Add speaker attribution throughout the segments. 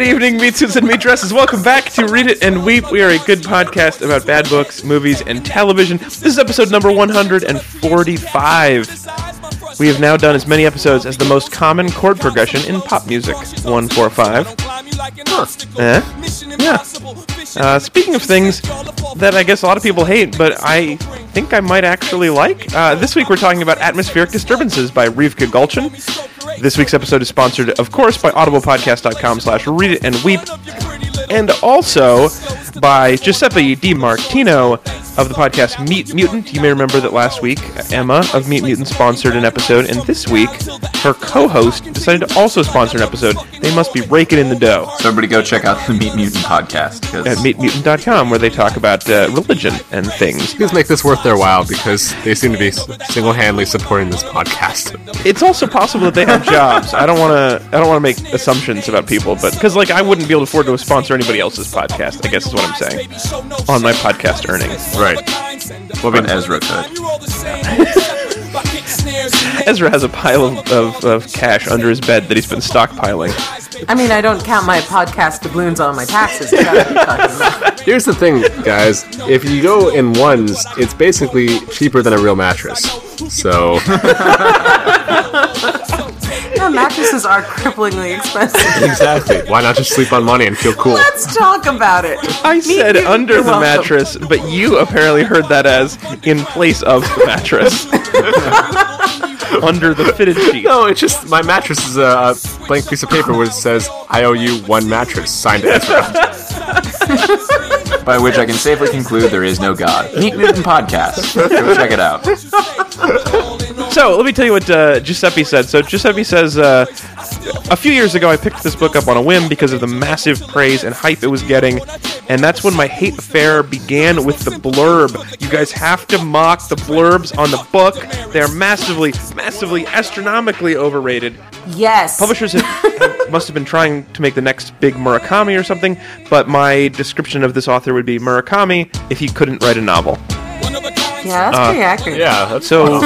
Speaker 1: evening, meets and me dresses. Welcome back to Read It and Weep. We are a good podcast about bad books, movies, and television. This is episode number 145. We have now done as many episodes as the most common chord progression in pop music 145. Eh? Yeah. Uh, speaking of things that I guess a lot of people hate, but I think I might actually like, uh, this week we're talking about Atmospheric Disturbances by Rivka Gulchin. This week's episode is sponsored, of course, by audiblepodcast.com slash read it and weep, and also by Giuseppe Di Martino of the podcast Meat Mutant. You may remember that last week Emma of Meat Mutant sponsored an episode, and this week her co-host decided to also sponsor an episode. They must be raking in the dough
Speaker 2: So everybody go check out the Meat Mutant podcast because
Speaker 1: at meatmutant.com where they talk about uh, religion and things.
Speaker 3: Please make this worth their while because they seem to be single-handedly supporting this podcast.
Speaker 1: It's also possible that they have jobs. I don't want to. I don't want to make assumptions about people, but because like I wouldn't be able to afford to sponsor anybody else's podcast. I guess is what I'm saying on my podcast earnings.
Speaker 3: Right. Well, I mean,
Speaker 2: Ezra could.
Speaker 1: Ezra has a pile of, of, of cash under his bed that he's been stockpiling.
Speaker 4: I mean, I don't count my podcast doubloons on my taxes. but that's what I'm talking about.
Speaker 3: here's the thing, guys. If you go in ones, it's basically cheaper than a real mattress. So
Speaker 4: Yeah, mattresses are cripplingly expensive.
Speaker 3: exactly, why not just sleep on money and feel cool?
Speaker 4: Let's talk about it.
Speaker 1: I said
Speaker 4: You're
Speaker 1: under the
Speaker 4: welcome.
Speaker 1: mattress, but you apparently heard that as in place of the mattress. under the fitted sheet.
Speaker 3: No, it's just my mattress is a blank piece of paper which says I owe you one mattress signed Ezra.
Speaker 2: By which I can safely conclude there is no God. Meat Mutant podcast. Go check it out.
Speaker 1: So let me tell you what uh, Giuseppe said. So Giuseppe says, uh, a few years ago, I picked this book up on a whim because of the massive praise and hype it was getting, and that's when my hate affair began with the blurb. You guys have to mock the blurbs on the book. They are massively, massively, astronomically overrated.
Speaker 4: Yes.
Speaker 1: Publishers have, have- must have been trying to make the next big Murakami or something, but my description of this author would be Murakami if he couldn't write a novel.
Speaker 4: Yeah, that's
Speaker 1: Uh,
Speaker 4: pretty accurate.
Speaker 3: Yeah, that's
Speaker 1: So,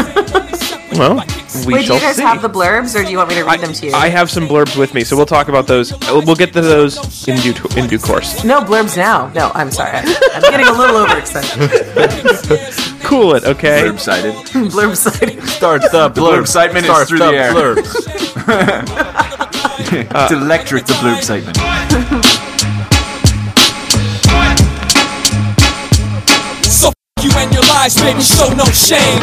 Speaker 1: well, we
Speaker 4: Wait, do
Speaker 1: shall
Speaker 4: you guys
Speaker 1: see.
Speaker 4: have the blurbs, or do you want me to read them to you?
Speaker 1: I have some blurbs with me, so we'll talk about those. We'll get to those in due in due course.
Speaker 4: no blurbs now. No, I'm sorry. I'm getting a little overexcited.
Speaker 1: Cool it, okay?
Speaker 2: Blurb sighted.
Speaker 4: Blurb side.
Speaker 3: starts the blurb
Speaker 2: excitement is
Speaker 3: starts
Speaker 2: through
Speaker 3: the
Speaker 2: the air.
Speaker 3: blurbs.
Speaker 2: It's electric, the blurb segment.
Speaker 5: So f- you and your lies, baby, show no shame.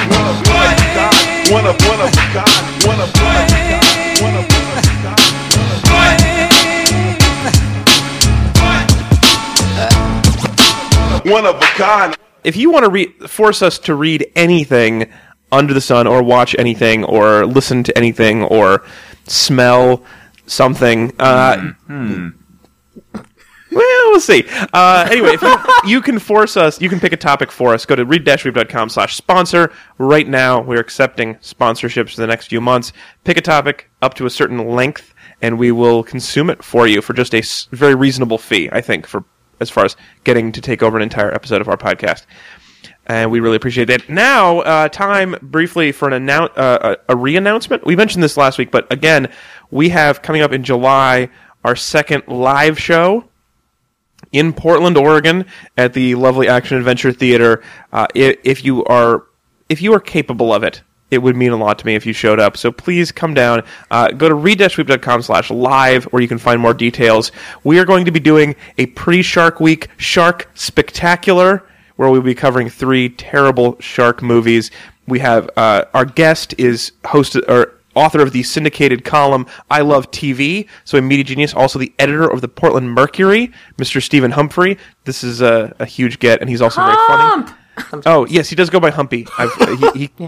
Speaker 6: One of a kind.
Speaker 1: If you want to re- force us to read anything under the sun, or watch anything, or listen to anything, or smell something, uh, well, we'll see. Uh, anyway, if you, you can force us, you can pick a topic for us. Go to read-weep.com slash sponsor. Right now, we're accepting sponsorships for the next few months. Pick a topic up to a certain length, and we will consume it for you for just a s- very reasonable fee, I think, for as far as getting to take over an entire episode of our podcast. And we really appreciate that. Now, uh, time briefly for an annou- uh, a, a re-announcement. We mentioned this last week, but again, we have coming up in July our second live show in Portland, Oregon, at the lovely Action Adventure Theater. Uh, if, if you are if you are capable of it, it would mean a lot to me if you showed up. So please come down. Uh, go to read-weep.com slash live where you can find more details. We are going to be doing a pre-Shark Week Shark Spectacular where we'll be covering three terrible shark movies. We have uh, our guest is host or author of the syndicated column I Love TV, so a media genius, also the editor of the Portland Mercury, Mr. Stephen Humphrey. This is a, a huge get, and he's also
Speaker 4: Hump!
Speaker 1: very funny. Oh yes, he does go by Humpy. I've, he, he,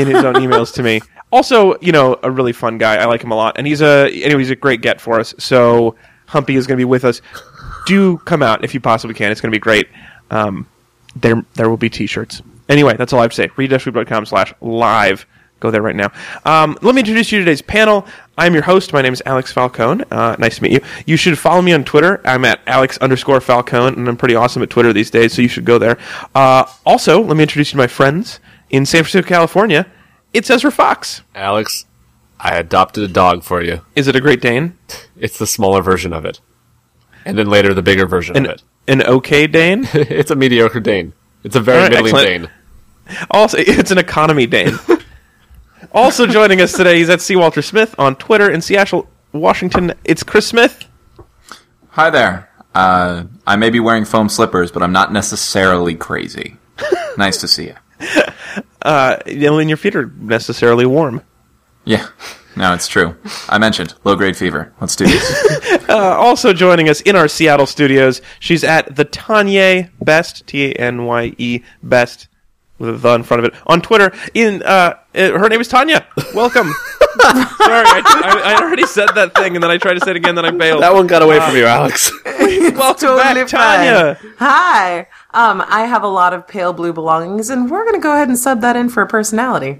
Speaker 1: In his own emails to me. Also, you know, a really fun guy. I like him a lot, and he's a anyway, he's a great get for us. So Humpy is going to be with us. Do come out if you possibly can. It's going to be great. Um, there there will be t-shirts. Anyway, that's all I have to say. read slash live. Go there right now. Um, let me introduce you to today's panel. I'm your host. My name is Alex Falcone. Uh, nice to meet you. You should follow me on Twitter. I'm at Alex underscore Falcone, and I'm pretty awesome at Twitter these days, so you should go there. Uh, also, let me introduce you to my friends in San Francisco, California. It's Ezra Fox.
Speaker 3: Alex, I adopted a dog for you.
Speaker 1: Is it a Great Dane?
Speaker 3: It's the smaller version of it. and then later the bigger version
Speaker 1: An,
Speaker 3: of it.
Speaker 1: an okay Dane?
Speaker 3: It's a mediocre Dane. It's a very
Speaker 1: All right,
Speaker 3: middling
Speaker 1: excellent.
Speaker 3: Dane.
Speaker 1: Also, it's an economy Dane. also joining us today, he's at C. Walter Smith on Twitter in Seattle, Washington. It's Chris Smith.
Speaker 2: Hi there. Uh, I may be wearing foam slippers, but I'm not necessarily crazy. nice to see you.
Speaker 1: You know, and your feet are necessarily warm.
Speaker 2: Yeah. No, it's true. I mentioned low grade fever. Let's do this.
Speaker 1: Also joining us in our Seattle studios, she's at the Tanya Best T A N Y E Best with a the in front of it on Twitter. In uh, uh, her name is Tanya. Welcome. Sorry, I, I, I already said that thing, and then I tried to say it again, then I bailed.
Speaker 3: That one got away from you, Alex.
Speaker 1: Welcome
Speaker 4: Totally fine.
Speaker 1: back, Tanya.
Speaker 4: Hi. Um, I have a lot of pale blue belongings, and we're going to go ahead and sub that in for personality.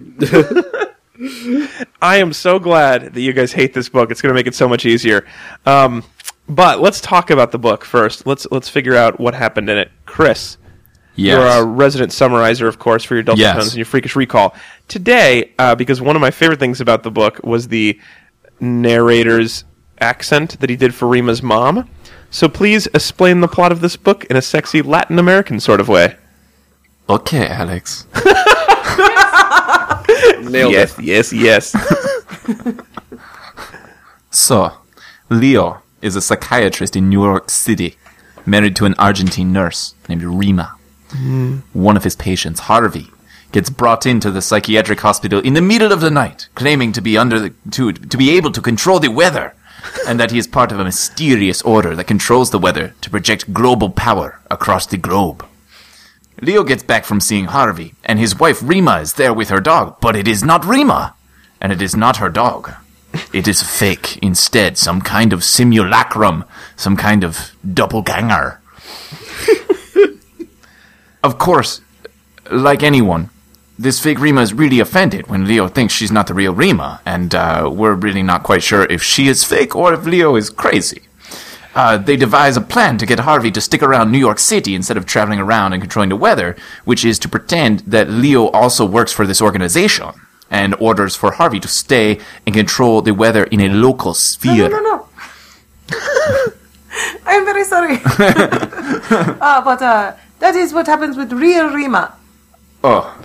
Speaker 1: I am so glad that you guys hate this book. It's going to make it so much easier. Um, but let's talk about the book first. Let's let's figure out what happened in it. Chris,
Speaker 2: Yes.
Speaker 1: you're
Speaker 3: uh,
Speaker 1: our resident summarizer, of course, for your Delta
Speaker 2: Yes.
Speaker 1: Tones and your Freakish Recall today. Uh, because one of my favorite things about the book was the narrator's accent that he did for Rima's mom. So please explain the plot of this book in a sexy Latin American sort of way.
Speaker 2: okay, Alex.
Speaker 3: Nailed
Speaker 1: Yes, yes, yes.
Speaker 2: So, Leo is a psychiatrist in New York City, married to an Argentine nurse named Rima. One of his patients, Harvey, gets brought into the psychiatric hospital in the middle of the night, claiming to be under the, to, to be able to control the weather, and that he is part of a mysterious order that controls the weather to project global power across the globe. Leo gets back from seeing Harvey, and his wife Rima is there with her dog, but it is not Rima, and it is not her dog. It is fake. Instead, some kind of simulacrum, some kind of doppelganger. of course, like anyone, this fake Rima is really offended when Leo thinks she's not the real Rima, and uh, we're really not quite sure if she is fake or if Leo is crazy. Uh, they devise a plan to get Harvey to stick around New York City instead of traveling around and controlling the weather, which is to pretend that Leo also works for this organization and orders for Harvey to stay and control the weather in a local sphere.
Speaker 4: No, no, no. I'm very sorry. uh, but uh, that is what happens with real Rima.
Speaker 2: Oh.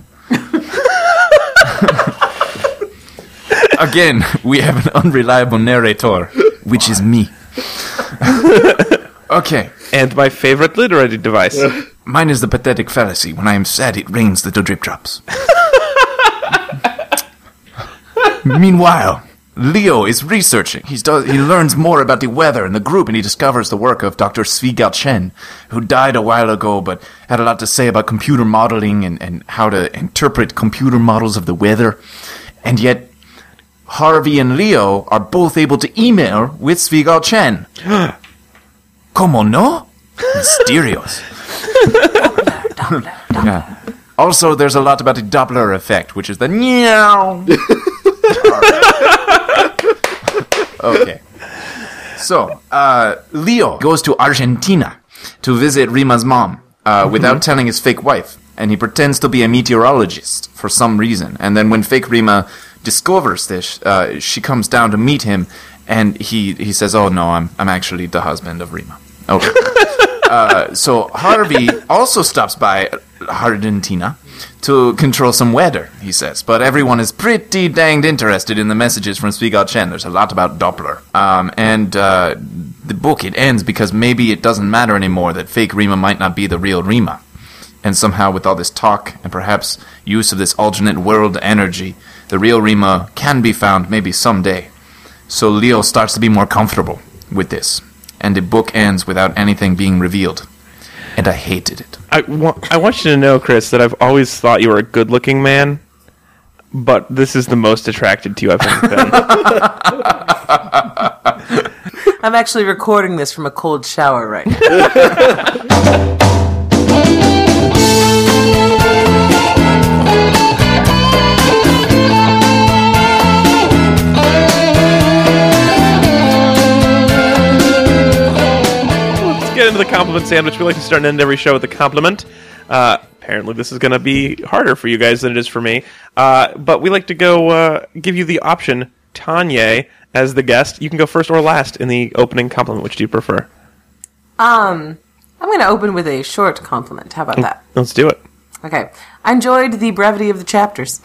Speaker 2: Again, we have an unreliable narrator, which is me. okay.
Speaker 1: and my favorite literary device.
Speaker 2: Mine is the pathetic fallacy. When I am sad, it rains little drip drops. Meanwhile, Leo is researching. He's does, he learns more about the weather and the group, and he discovers the work of Dr. Svigal Chen, who died a while ago but had a lot to say about computer modeling and, and how to interpret computer models of the weather. And yet, Harvey and Leo are both able to email with Svigal Chen. Como no? Mysterious. Yeah. Also, there's a lot about the Doppler effect, which is the meow. okay. So, uh, Leo goes to Argentina to visit Rima's mom uh, without telling his fake wife, and he pretends to be a meteorologist for some reason. And then when fake Rima discovers this, uh, she comes down to meet him, and he, he says, "Oh no, I'm I'm actually the husband of Rima." Okay. So Harvey also stops by Argentina to control some weather, he says. But everyone is pretty danged interested in the messages from Spiegel Chen. There's a lot about Doppler. Um, and uh, the book, it ends because maybe it doesn't matter anymore that fake Rima might not be the real Rima. And somehow, with all this talk and perhaps use of this alternate world energy, the real Rima can be found maybe someday. So Leo starts to be more comfortable with this, and the book ends without anything being revealed. And I hated it.
Speaker 1: I, wa- I want you to know, Chris, that I've always thought you were a good-looking man, but this is the most attracted to you I've ever been.
Speaker 4: I'm actually recording this from a cold shower right now.
Speaker 1: Let's get into the compliment sandwich. We like to start and end every show with a compliment. Uh, apparently, this is going to be harder for you guys than it is for me. Uh, but we like to go uh, give you the option, Tanya, as the guest. You can go first or last in the opening compliment. Which do you prefer?
Speaker 4: I'm going to open with a short compliment. How about
Speaker 1: Mm.
Speaker 4: that?
Speaker 1: Let's do it.
Speaker 4: Okay. I enjoyed the brevity of the chapters.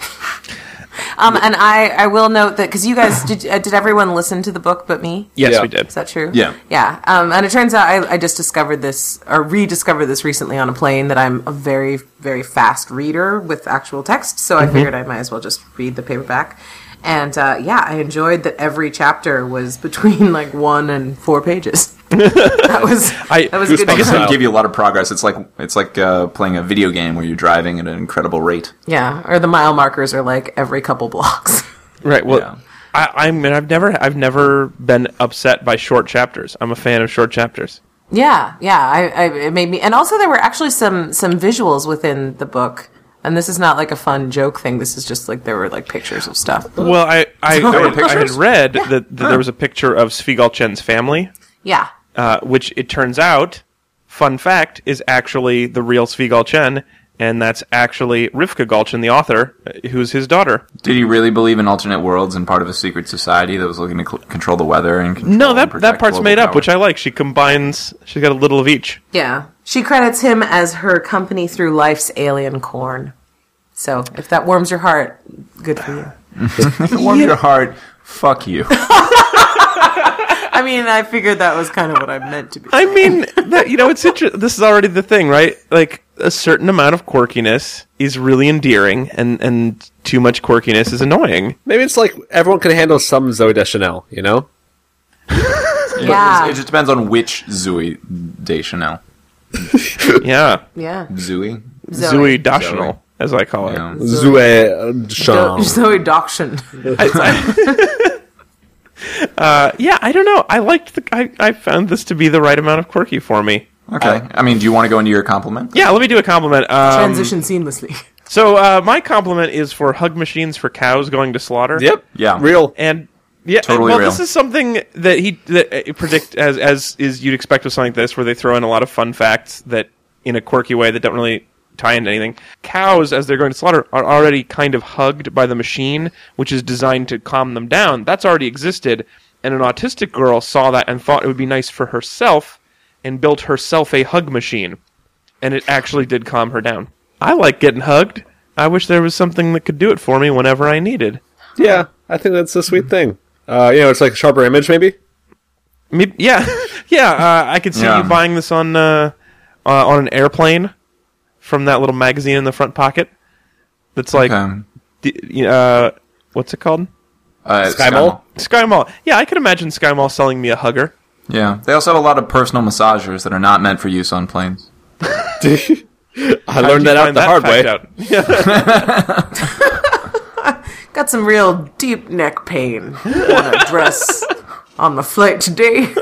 Speaker 4: um, and I, I will note that because you guys did, uh, did everyone listen to the book but me?
Speaker 1: Yes,
Speaker 3: Yeah.
Speaker 1: we did.
Speaker 4: Is that true?
Speaker 2: Yeah.
Speaker 4: Yeah. Um, and it turns out I, I just discovered this or rediscovered this recently on a plane that I'm a very, very fast reader with actual text. So I figured I might as well just read the paperback. And uh, yeah, I enjoyed that every chapter was between like one and four pages. that was
Speaker 1: I-
Speaker 4: that was a good.
Speaker 3: goosebumps
Speaker 2: I guess
Speaker 4: time.
Speaker 2: it would give you a lot of progress. It's like it's like uh, playing a video game where you're driving at an incredible rate.
Speaker 4: Yeah, or the mile markers are like every couple blocks.
Speaker 1: Right. Well,
Speaker 2: Yeah.
Speaker 1: I, I mean, I've never, I've never been upset by short chapters. I'm a fan of short chapters.
Speaker 4: yeah, yeah. I, I it made me, and also there were actually some some visuals within the book. And this is not like a fun joke thing. This is just like there were like pictures of stuff.
Speaker 1: Well, I, I,
Speaker 2: There were
Speaker 1: I, I had
Speaker 2: pictures?
Speaker 1: read that, that there was a picture of Svigalchen's family,
Speaker 4: Yeah,
Speaker 1: uh, which it turns out, fun fact, is actually the real Svigalchen, and that's actually Rivka Galchen, the author, uh, who's his daughter.
Speaker 2: Did you really believe in alternate worlds and part of a secret society that was looking to cl- control the weather and control
Speaker 1: No,
Speaker 2: and
Speaker 1: that
Speaker 2: protect
Speaker 1: that part's
Speaker 2: global
Speaker 1: made up,
Speaker 2: power?
Speaker 1: which I like. She combines. She's got a little of each.
Speaker 4: yeah. She credits him as her company through life's alien corn. So if that warms your heart, good for you.
Speaker 2: warm your heart. Fuck you.
Speaker 4: I mean, I figured that was kind of what I meant to be.
Speaker 1: I mean, that, you know, it's interesting. This is already the thing, right? Like a certain amount of quirkiness is really endearing, and and too much quirkiness is annoying.
Speaker 3: Maybe it's like everyone can handle some Zoe Deschanel, you know?
Speaker 4: Yeah.
Speaker 1: Ah.
Speaker 2: It just depends on which Zooey Deschanel.
Speaker 1: Yeah,
Speaker 4: Yeah,
Speaker 2: Zooey?
Speaker 1: Zooey Dashnell, as I call it.
Speaker 2: Yeah.
Speaker 3: Zoe Deschanel.
Speaker 4: Zoe Doction.
Speaker 1: Yeah, I don't know. I liked the. I, I found this to be the right amount of quirky for me.
Speaker 2: Okay. I mean, do you want to go into your compliment?
Speaker 1: Yeah, let me do a compliment. Um,
Speaker 4: Transition seamlessly.
Speaker 1: so uh, my compliment is for hug machines for cows going to slaughter.
Speaker 3: Yep.
Speaker 2: Yeah.
Speaker 3: Real.
Speaker 1: And yeah,
Speaker 2: Totally
Speaker 1: well,
Speaker 2: real.
Speaker 1: this is something that he that uh, predict as as is you'd expect with something like this, where they throw in a lot of fun facts that in a quirky way that don't really tie into anything. Cows, as they're going to slaughter, are already kind of hugged by the machine, which is designed to calm them down. That's already existed, and an autistic girl saw that and thought it would be nice for herself, and built herself a hug machine, and it actually did calm her down. I like getting hugged. I wish there was something that could do it for me whenever I needed.
Speaker 3: Yeah, I think that's a sweet thing. Uh, you know, it's like a sharper image, maybe?
Speaker 1: Maybe, yeah, yeah. Uh, I could see
Speaker 2: Yeah.
Speaker 1: you buying this on uh, uh, on an airplane from that little magazine in the front pocket. That's like,
Speaker 2: Okay.
Speaker 1: d- uh, what's it called?
Speaker 2: Uh,
Speaker 3: Sky
Speaker 2: Mall?
Speaker 3: Mall?
Speaker 1: Sky Mall. Yeah, I could imagine Sky Mall selling me a hugger.
Speaker 2: Yeah. They also have a lot of personal massagers that are not meant for use on planes.
Speaker 3: I learned that out
Speaker 1: Find
Speaker 3: the hard way.
Speaker 1: fact out.
Speaker 4: Got some real deep neck pain. Want a dress on the flight today?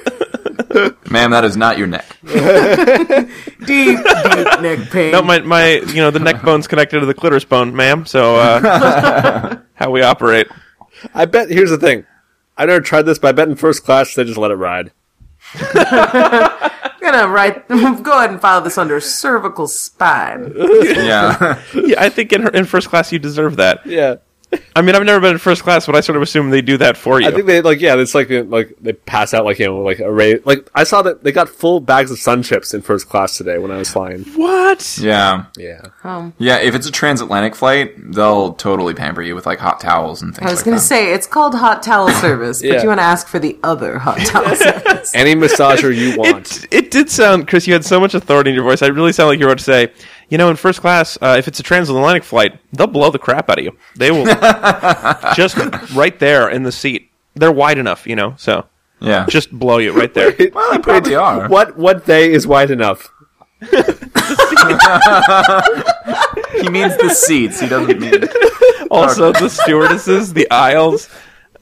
Speaker 2: Ma'am, that is not your neck.
Speaker 4: Deep, deep neck pain.
Speaker 1: No, my my you know the neck bone's connected to the clitoris bone, ma'am. So uh, how we operate.
Speaker 3: I bet, here's the thing. I never tried this, but I bet in first class they just let it ride.
Speaker 4: I'm gonna write. Go ahead and file this under cervical
Speaker 1: Oh
Speaker 4: spine.
Speaker 2: Yeah.
Speaker 1: Yeah, I think in her, in first class you deserve that.
Speaker 3: Yeah.
Speaker 1: I mean, I've never been in first class, but I sort of assume they do that for you.
Speaker 3: I think they like yeah, it's like uh, like they pass out like you know like a array like I saw that they got full bags of sun chips in first class today when I was flying.
Speaker 1: what?
Speaker 2: yeah.
Speaker 3: Yeah,
Speaker 2: Yeah. If it's a transatlantic flight, they'll totally pamper you with like hot towels and things
Speaker 4: I was
Speaker 2: like
Speaker 4: gonna
Speaker 2: that.
Speaker 4: say it's called hot towel service, but
Speaker 3: Yeah.
Speaker 4: you want to ask for the other hot towel service.
Speaker 3: any massager you want.
Speaker 1: It, it did sound, Chris. You had so much authority in your voice. I really sound like you were about to say, you know, in first class, uh, if it's a transatlantic flight, they'll blow the crap out of you. They will just right there in the seat. They're wide enough, you know, so
Speaker 2: yeah.
Speaker 1: just blow you right there.
Speaker 2: well, they probably are.
Speaker 3: what what day is wide enough?
Speaker 2: He means the seats. He doesn't mean.
Speaker 1: also, the stewardesses, the aisles,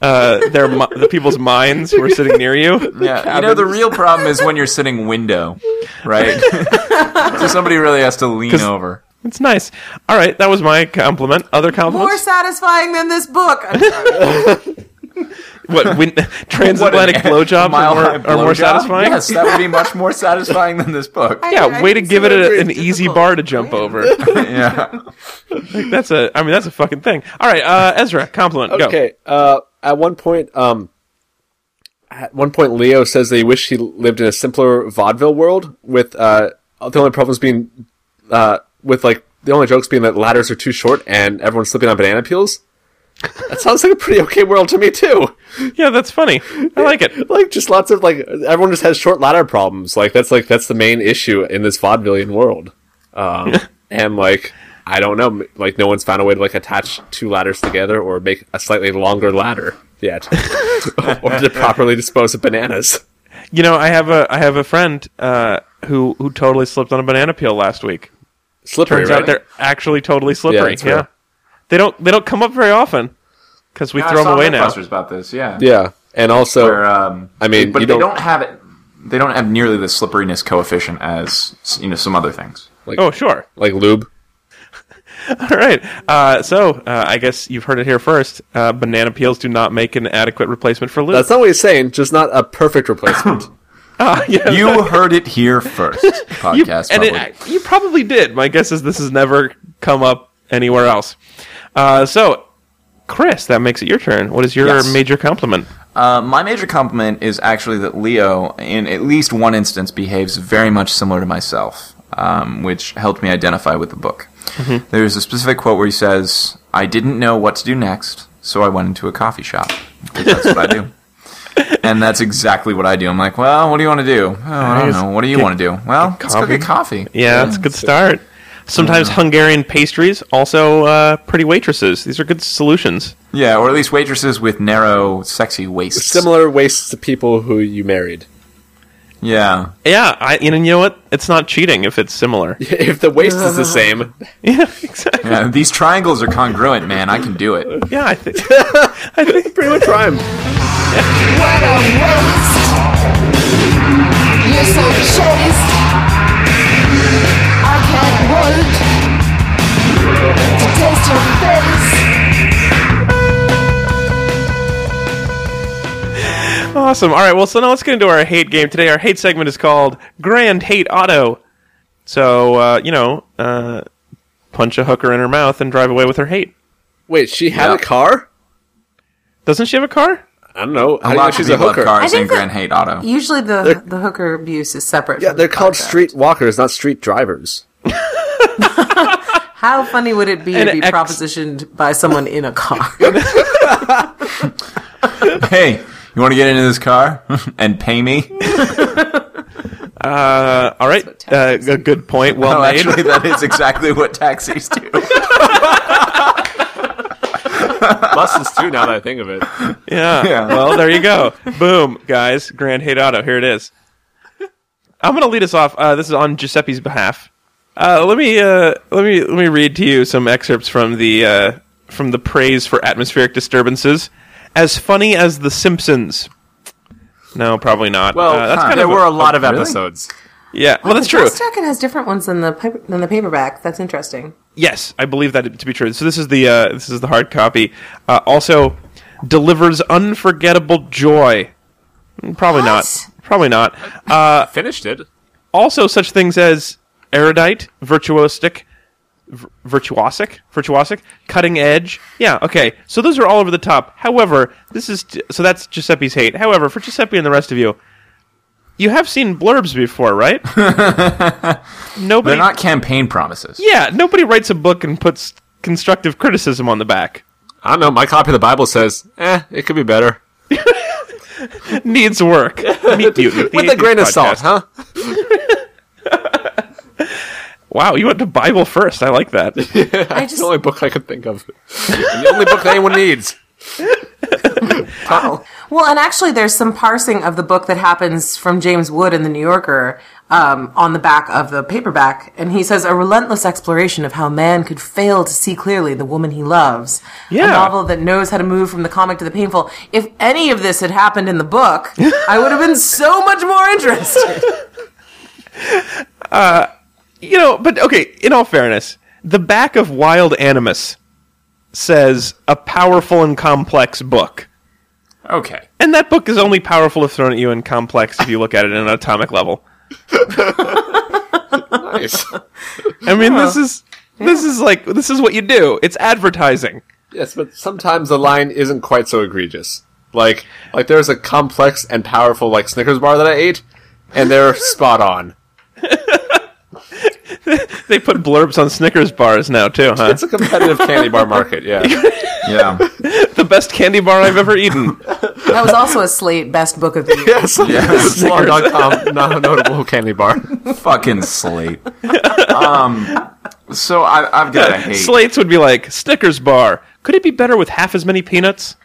Speaker 1: uh, their mi- the people's minds who are sitting near you.
Speaker 2: Yeah, you know the real problem is when you're sitting window, right? so somebody really has to lean over.
Speaker 1: It's nice. All right, that was my compliment. Other
Speaker 4: More
Speaker 1: compliments?
Speaker 4: satisfying than this book. I'm sorry.
Speaker 1: what? Win- transatlantic
Speaker 2: What an-
Speaker 1: blowjobs
Speaker 2: mile
Speaker 1: are
Speaker 2: high
Speaker 1: more, are more
Speaker 2: blowjob?
Speaker 1: satisfying.
Speaker 2: Yes, that would be much more satisfying than this book.
Speaker 4: I-
Speaker 1: Yeah,
Speaker 4: I
Speaker 1: way to
Speaker 4: think
Speaker 1: give it
Speaker 4: so.
Speaker 1: a,
Speaker 4: It's
Speaker 1: an easy
Speaker 4: difficult.
Speaker 1: bar to jump over.
Speaker 2: yeah,
Speaker 1: That's a, I mean, that's a fucking thing. All right, uh, Ezra, compliment.
Speaker 3: Okay, uh, at one point, um, at one point Leo says that he wished he lived in a simpler vaudeville world with uh, the only problems being uh, with like the only jokes being that ladders are too short and everyone's slipping on banana peels. That sounds like a pretty okay world to me too.
Speaker 1: Yeah, that's funny. I like it.
Speaker 3: Like just lots of like everyone just has short ladder problems. Like that's like that's the main issue in this vaudevillian world. Um, and like I don't know, like no one's found a way to like attach two ladders together or make a slightly longer ladder yet, or to properly dispose of bananas.
Speaker 1: You know, I have a I have a friend uh, who who totally slipped on a banana peel last week.
Speaker 3: Slippery,
Speaker 1: Turns
Speaker 3: right?
Speaker 1: out they're actually totally slippery.
Speaker 3: it's
Speaker 1: Yeah,
Speaker 3: real.
Speaker 1: they don't they don't come up very often because we
Speaker 2: Yeah, I
Speaker 1: throw
Speaker 2: saw
Speaker 1: them away now.
Speaker 2: Mythbusters about this, yeah.
Speaker 3: yeah, and also
Speaker 2: Where,
Speaker 1: uh,
Speaker 2: um,
Speaker 3: I mean,
Speaker 2: but
Speaker 3: you
Speaker 2: they
Speaker 3: don't-
Speaker 2: don't have it. They don't have nearly the slipperiness coefficient as you know some other things.
Speaker 1: Oh, sure.
Speaker 3: like lube.
Speaker 1: All right. Uh, so uh, I guess you've heard it here first. Uh, banana peels do not make an adequate replacement for lube.
Speaker 3: That's not what he's saying. Just not a perfect replacement.
Speaker 1: Ah, yeah,
Speaker 2: You heard it here first, podcast.
Speaker 1: and it-
Speaker 2: public.
Speaker 1: you probably did. My guess is this has never come up anywhere else. Uh, so, Chris, that makes it your turn. What is your
Speaker 2: Yes.
Speaker 1: major compliment?
Speaker 2: Uh, my major compliment is actually that Leo, in at least one instance, behaves very much similar to myself, um, which helped me identify with the book. There's a specific quote where he says, "I didn't know what to do next, so I went into a coffee shop." 'Cause That's what I do. And that's exactly what I do. I'm like, well, what do you want to do? Oh, I don't know. What do you want to do? Well, let's go get coffee.
Speaker 1: Yeah, that's a good start. Sometimes
Speaker 2: Mm.
Speaker 1: Hungarian pastries, also uh, pretty waitresses. These are good solutions.
Speaker 2: Yeah, or at least waitresses with narrow, sexy waists.
Speaker 3: Similar wastes to people who you married.
Speaker 2: Yeah.
Speaker 1: Yeah, I, you know you know what? It's not cheating if it's similar.
Speaker 3: If the waist is the same,
Speaker 1: Yeah, exactly.
Speaker 2: yeah. These triangles are congruent, man. I can do it.
Speaker 1: Yeah, I think.
Speaker 3: pretty much rhyme.
Speaker 7: You're so short. I can't wait to taste your face.
Speaker 1: Awesome. All right. Well, so now let's get into our hate game today. Our hate segment is called Grand Hate Auto. So uh, you know, uh, punch a hooker in her mouth and drive away with her hate.
Speaker 3: Wait, she had
Speaker 2: Yeah.
Speaker 3: a car?
Speaker 1: Doesn't she have a car?
Speaker 3: I don't know.
Speaker 2: A
Speaker 3: How do you know
Speaker 2: lot of
Speaker 3: she's a
Speaker 2: people have
Speaker 3: hooker?
Speaker 4: I
Speaker 2: cars
Speaker 4: think
Speaker 2: in
Speaker 4: that-
Speaker 2: Grand Hate Auto.
Speaker 4: Usually the, the hooker abuse is separate.
Speaker 3: Yeah,
Speaker 4: from
Speaker 3: they're
Speaker 4: the
Speaker 3: called
Speaker 4: contract.
Speaker 3: street walkers, not street drivers.
Speaker 4: How funny would it be
Speaker 1: And
Speaker 4: to be
Speaker 1: ex-
Speaker 4: propositioned by someone in a car?
Speaker 2: hey, you want to get into this car and pay me?
Speaker 1: Uh, all right. Uh, a good point. Well
Speaker 2: Oh,
Speaker 1: made.
Speaker 2: actually, that is exactly what taxis do.
Speaker 3: Buses too. Now that I think of it,
Speaker 1: Yeah.
Speaker 2: Yeah.
Speaker 1: Well, Oh, there you go. Boom, guys. Grand Hate Auto. Here it is. I'm going to lead us off. Uh, this is on Giuseppe's behalf. Uh, let me uh, let me let me read to you some excerpts from the uh, from the praise for atmospheric disturbances. As funny as The Simpsons. No, probably not. Well, uh, that's
Speaker 2: huh,
Speaker 1: kind
Speaker 2: there
Speaker 1: of a-
Speaker 2: were
Speaker 8: lot of
Speaker 2: really?
Speaker 8: episodes.
Speaker 1: yeah. Well, that's true.
Speaker 4: Fast Dragon has different ones than the paper, than the paperback. That's interesting.
Speaker 1: Yes, I believe that to be true. So this is the uh, this is the hard copy. Uh, also delivers unforgettable joy. Mm, Probably not.
Speaker 4: What?
Speaker 1: Probably not.
Speaker 8: Finished it.
Speaker 1: also such things as erudite, virtuosic, v- virtuosic, virtuosic, cutting edge. Yeah, okay. So those are all over the top. However, this is so that's Giuseppe's hate. However, for Giuseppe and the rest of you, you have seen blurbs before, right? nobody.
Speaker 2: They're not campaign promises.
Speaker 1: yeah, nobody writes a book and puts constructive criticism on the back.
Speaker 8: I don't know. My copy of the Bible says, "Eh, it could be better."
Speaker 1: Needs work. Meet Mutant,
Speaker 3: with a
Speaker 1: atheist
Speaker 3: grain of
Speaker 1: podcast.
Speaker 3: salt, huh?
Speaker 1: Wow, you went to Bible first. I like that.
Speaker 4: I just
Speaker 3: The only book I could think of. And the only book that anyone needs.
Speaker 4: Well, and actually, there's some parsing of the book that happens from James Wood in The New Yorker um, on the back of the paperback. And he says, a relentless exploration of how man could fail to see clearly the woman he loves. A
Speaker 1: Yeah.
Speaker 4: novel that knows how to move from the comic to the painful. If any of this had happened in the book, I would have been so much more interested.
Speaker 1: you know, but okay, in all fairness, the back of Wild Animus says a powerful and complex book.
Speaker 2: Okay.
Speaker 1: And that book is only powerful if thrown at you and complex if you look at it on an atomic level.
Speaker 3: Nice.
Speaker 1: I mean, this is this is like this is what you do. It's advertising.
Speaker 3: yes, but sometimes the line isn't quite so egregious. Like, like there's a complex and powerful like Snickers bar that I ate, and they're spot on.
Speaker 1: They put blurbs on Snickers bars now too, huh?
Speaker 3: It's a competitive candy bar market. Yeah,
Speaker 2: Yeah.
Speaker 1: the best candy bar I've ever eaten.
Speaker 4: That was also a slate best book of the year.
Speaker 3: yes, Slur.com, not notable candy bar.
Speaker 2: Fucking slate. Um, so I, I've got a hate.
Speaker 1: Slates would be like Snickers bar. Could it be better with half as many peanuts?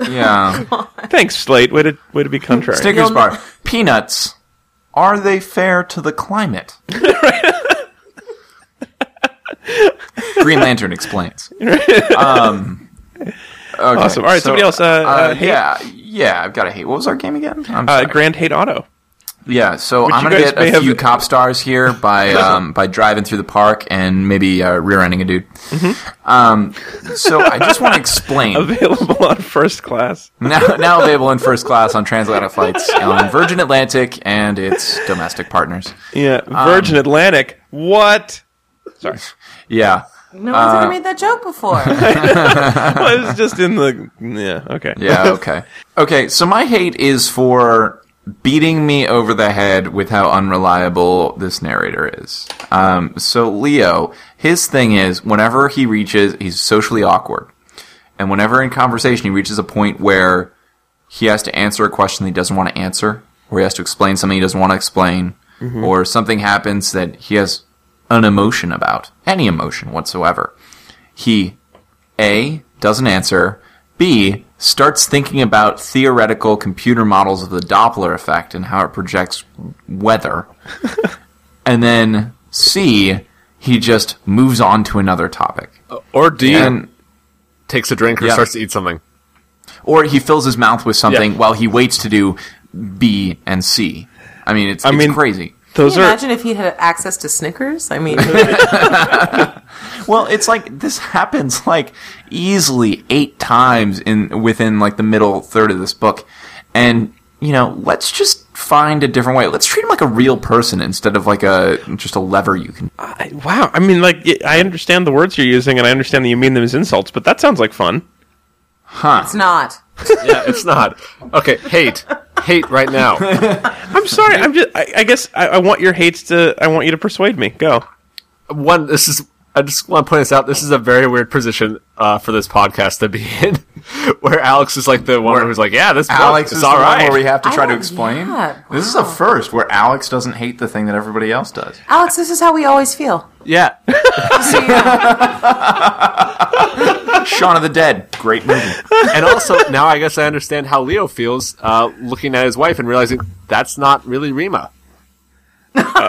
Speaker 2: Yeah.
Speaker 1: Thanks, Slate. Way to way to be contrary.
Speaker 2: Snickers bar. Peanuts. Are they fair to the climate? Green Lantern explains. Um, okay,
Speaker 1: Awesome. All right, somebody else, uh, uh, hate?
Speaker 2: yeah, yeah. I've got to hate. What was our game again? I'm
Speaker 1: uh,
Speaker 2: sorry.
Speaker 1: Grand Hate Auto.
Speaker 2: Yeah, so
Speaker 1: Which
Speaker 2: I'm
Speaker 1: you
Speaker 2: gonna
Speaker 1: guys
Speaker 2: get
Speaker 1: may
Speaker 2: a
Speaker 1: have-
Speaker 2: few cop stars here by um, by driving through the park and maybe uh, rear-ending a dude.
Speaker 1: Mm-hmm.
Speaker 2: Um, so I just want to explain
Speaker 1: Available on first class.
Speaker 2: now, now available in first class on transatlantic flights on Virgin Atlantic and its domestic partners.
Speaker 1: Yeah. Virgin Atlantic. What?
Speaker 2: Yeah,
Speaker 4: No one's ever made that joke before.
Speaker 1: Well, it was just in the. Yeah, okay.
Speaker 2: yeah, okay, okay. So my hate is for beating me over the head with how unreliable this narrator is. Um, so Leo, his thing is whenever he reaches, he's socially awkward. And whenever in conversation he reaches a point where he has to answer a question that he doesn't want to answer, or he has to explain something he doesn't want to explain, or something happens that he has an emotion about, any emotion whatsoever, he A, doesn't answer, B, starts thinking about theoretical computer models of the Doppler effect and how it projects weather, and then C, he just moves on to another topic.
Speaker 3: Or do you
Speaker 2: And
Speaker 3: takes a drink or
Speaker 2: Yeah.
Speaker 3: starts to eat something.
Speaker 2: or he fills his mouth with something
Speaker 3: Yeah.
Speaker 2: while he waits to do B and C. I mean, it's, it's
Speaker 1: mean-
Speaker 2: crazy.
Speaker 1: Those
Speaker 4: Can
Speaker 1: are.
Speaker 4: you imagine if he had access to Snickers? I mean,
Speaker 2: Well, it's like this happens like easily eight times in within like the middle third of this book, and you know, let's just find a different way. Let's treat him like a real person instead of like a just a lever you can.
Speaker 1: I- wow. I mean, like, y- I understand the words you're using and I understand that you mean them as insults, but that sounds like fun.
Speaker 4: it's not.
Speaker 3: Yeah, it's not. Okay, hate. Hate right now.
Speaker 1: I'm sorry. I'm just. I, I guess I, I want your hates to. I want you to persuade me. Go.
Speaker 3: One, this is. I just want to point this out. This is a very weird position uh, for this podcast to be in, where Alex is like the one who's like, "Yeah, this Alex is all right."
Speaker 2: have to
Speaker 4: I try to don't- explain. yeah,
Speaker 2: This is a first where Alex doesn't hate the thing that everybody else does.
Speaker 4: Alex, this is how we always feel.
Speaker 3: yeah,
Speaker 4: So, yeah.
Speaker 2: Shaun of the Dead, great movie.
Speaker 3: and also now I guess I understand how Leo feels uh, looking at his wife and realizing that's not really Rima.
Speaker 1: Uh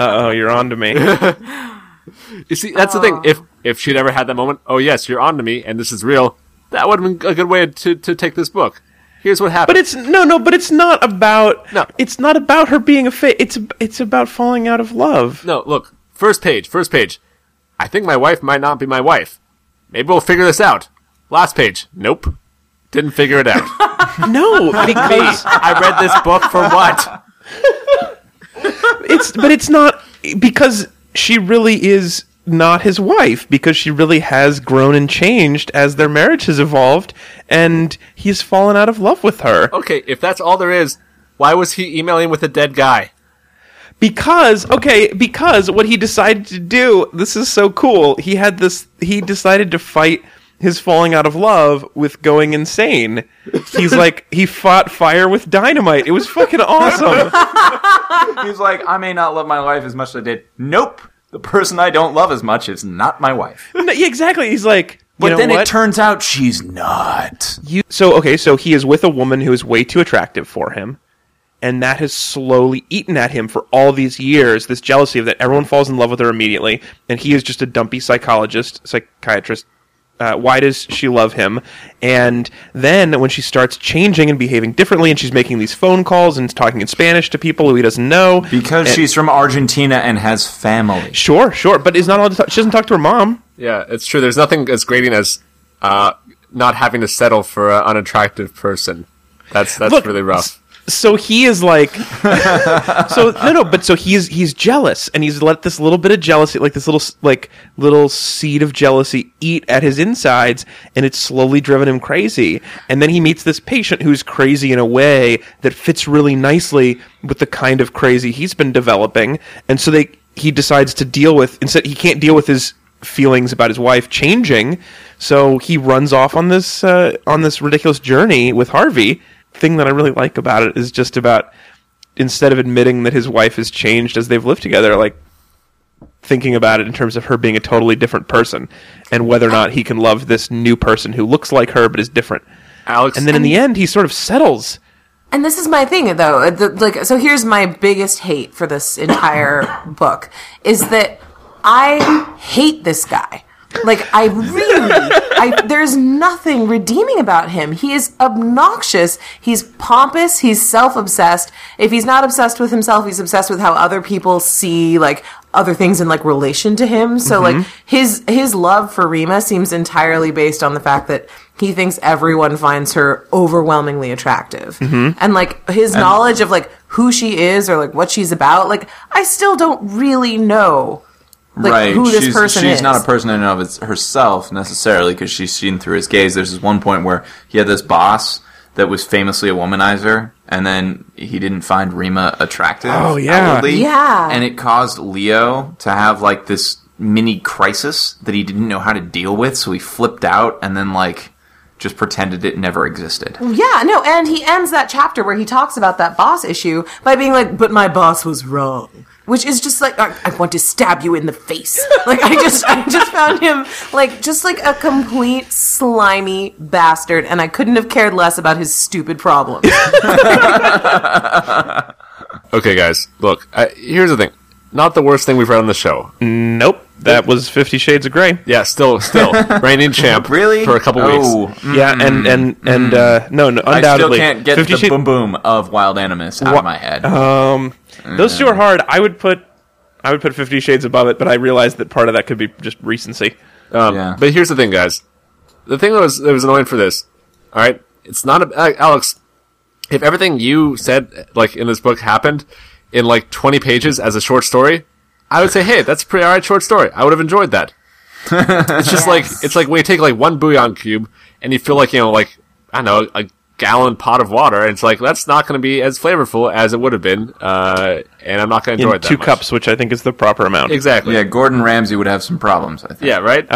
Speaker 1: oh, you're on to me.
Speaker 3: You see, that's the thing. If if she'd ever had that moment, oh yes, you're on to me, and this is real. That would have been a good way to to take this book. Here's what happened.
Speaker 1: But it's no, no. But it's not about.
Speaker 3: No.
Speaker 1: It's not about her being a fake. It's it's about falling out of love.
Speaker 3: No, look. First page, first page. I think my wife might not be my wife. Maybe we'll figure this out. Last page. Nope. Didn't figure it out.
Speaker 1: No,
Speaker 3: Me.
Speaker 1: because
Speaker 3: I read this book for what?
Speaker 1: it's but it's not because she really is not his wife because she really has grown and changed as their marriage has evolved and he's fallen out of love with her
Speaker 3: Okay, if that's all there is, why was he emailing with a dead guy?
Speaker 1: because okay because what he decided to do this is so cool he had this he decided to fight his falling out of love with going insane he's like he fought fire with dynamite it was fucking awesome
Speaker 2: He's like, I may not love my wife as much as I did. Nope. The person I don't love as much is not my wife.
Speaker 1: No, yeah, exactly he's like
Speaker 2: But
Speaker 1: you know
Speaker 2: then
Speaker 1: what?
Speaker 2: it turns out she's not.
Speaker 1: you so okay so he is with a woman who is way too attractive for him and that has slowly eaten at him for all these years this jealousy of that everyone falls in love with her immediately and he is just a dumpy psychologist psychiatrist uh, why does she love him and then when she starts changing and behaving differently and she's making these phone calls and talking in spanish to people who he doesn't know
Speaker 2: Because she's from Argentina and has family.
Speaker 1: sure sure but is not all she doesn't talk to her mom
Speaker 3: Yeah, it's true. There's nothing as grating as uh, not having to settle for an unattractive person. That's that's
Speaker 1: Look,
Speaker 3: really rough.
Speaker 1: so he is like so no no but so he's he's jealous and he's let this little bit of jealousy like this little s- like little seed of jealousy eat at his insides and it's slowly driven him crazy and then he meets this patient who's crazy in a way that fits really nicely with the kind of crazy he's been developing and so they he decides to deal with instead he can't deal with his feelings about his wife changing so he runs off on this uh, on this ridiculous journey with Harvey thing that I really like about it is just about instead of admitting that his wife has changed as they've lived together, like thinking about it in terms of her being a totally different person and whether or not he can love this new person who looks like her but is different.
Speaker 8: Alex,
Speaker 1: And then in the end, he sort of settles.
Speaker 4: And this is my thing, though. Uh, The, like, so here's my biggest hate for this entire book is that I hate this guy. Like, I really, I, there's nothing redeeming about him. He is obnoxious. He's pompous. He's self obsessed. If he's not obsessed with himself, he's obsessed with how other people see, like, other things in like relation to him. So like
Speaker 2: Mm-hmm.
Speaker 4: his his love for Rima seems entirely based on the fact that he thinks everyone finds her overwhelmingly attractive.
Speaker 2: Mm-hmm.
Speaker 4: And like his knowledge of like who she is or like what she's about, like I still don't really know like
Speaker 2: right.
Speaker 4: who this
Speaker 2: she's,
Speaker 4: person
Speaker 2: she's
Speaker 4: is.
Speaker 2: not a person in and of it's herself necessarily because she's seen through his gaze. There's this one point where he had this boss that was famously a womanizer, and then he didn't find Rima attractive.
Speaker 1: Oh, yeah.
Speaker 2: outwardly.
Speaker 4: Yeah.
Speaker 2: And it caused Leo to have like this mini crisis that he didn't know how to deal with, so he flipped out and then like just pretended it never existed.
Speaker 4: yeah, no, and he ends that chapter where he talks about that boss issue by being like, "But my boss was wrong," which is just like, "I, I want to stab you in the face." like I just, I just found him like just like a complete slimy bastard, and I couldn't have cared less about his stupid problems.
Speaker 3: Okay, guys, look. I, here's the thing. Not the worst thing we've read on the show.
Speaker 1: Mm. Nope, that was Fifty Shades of Grey.
Speaker 3: Yeah, still, still reigning champ.
Speaker 2: Really?
Speaker 3: For a couple
Speaker 2: Oh,
Speaker 3: weeks.
Speaker 1: Yeah, and and
Speaker 3: Mm.
Speaker 1: and uh, no, no,
Speaker 2: I still
Speaker 1: undoubtedly,
Speaker 2: can't get
Speaker 1: Fifty
Speaker 2: the
Speaker 1: Shades-
Speaker 2: boom boom of Wild Animus out
Speaker 1: Wha-
Speaker 2: of my head.
Speaker 1: Um, those
Speaker 2: Mm.
Speaker 1: two are hard. I would put. I would put Fifty Shades above it, but I realized that part of that could be just recency.
Speaker 3: Um,
Speaker 2: Yeah.
Speaker 3: But here's the thing, guys. The thing that was that was annoying for this. All right, it's not a, uh, Alex. If everything you said, like in this book, happened in like 20 pages as a short story, I would say, hey, that's a pretty alright short story. I would have enjoyed that. it's just like it's like when you take like one bouillon cube and you feel like you know like I don't know a gallon pot of water, and it's like that's not going to be as flavorful as it would have been, uh, and I'm not going to
Speaker 1: In
Speaker 3: enjoy it. that
Speaker 1: two
Speaker 3: much.
Speaker 1: cups, which I think is the proper amount.
Speaker 3: exactly.
Speaker 2: yeah,
Speaker 3: Yeah,
Speaker 2: Gordon Ramsay would have some problems. I think.
Speaker 3: right.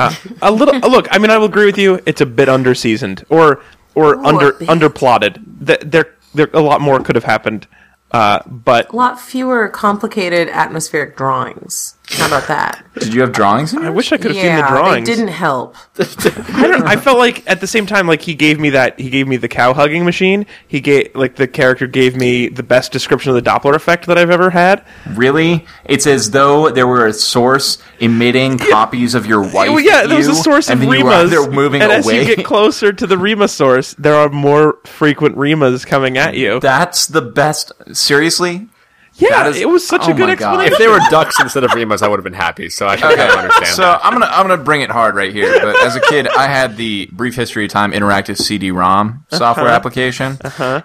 Speaker 1: a little uh, look i mean i will agree with you it's a bit underseasoned or or under
Speaker 4: bit.
Speaker 1: underplotted Th- there there a lot more could have happened uh, but
Speaker 4: a lot fewer complicated atmospheric drawings. How about that?
Speaker 2: Did you have drawings? In
Speaker 1: i
Speaker 2: yours?
Speaker 1: wish i could have
Speaker 4: yeah,
Speaker 1: seen the drawings
Speaker 4: they didn't help.
Speaker 1: I, don't, I felt like at the same time like he gave me that he gave me the cow hugging machine he gave like the character gave me the best description of the doppler effect that i've ever had
Speaker 2: Really? It's as though there were a source emitting copies of your wife.
Speaker 1: well, yeah
Speaker 2: at
Speaker 1: there was
Speaker 2: you,
Speaker 1: a source
Speaker 2: and
Speaker 1: of
Speaker 2: then you were
Speaker 1: remas
Speaker 2: out there moving
Speaker 1: and
Speaker 2: away.
Speaker 1: as you get closer to the rema source there are more frequent remas coming at you
Speaker 2: That's the best. Seriously?
Speaker 1: yeah
Speaker 2: that is-
Speaker 1: it was such
Speaker 2: oh
Speaker 1: a good
Speaker 2: my God.
Speaker 1: explanation
Speaker 3: if they were ducks instead of remas, I would have been happy. So I can kind of understand.
Speaker 2: So
Speaker 3: that.
Speaker 2: I'm gonna I'm gonna bring it hard right here. But as a kid, I had the Brief History of Time interactive CD-ROM
Speaker 1: Uh-huh.
Speaker 2: software application.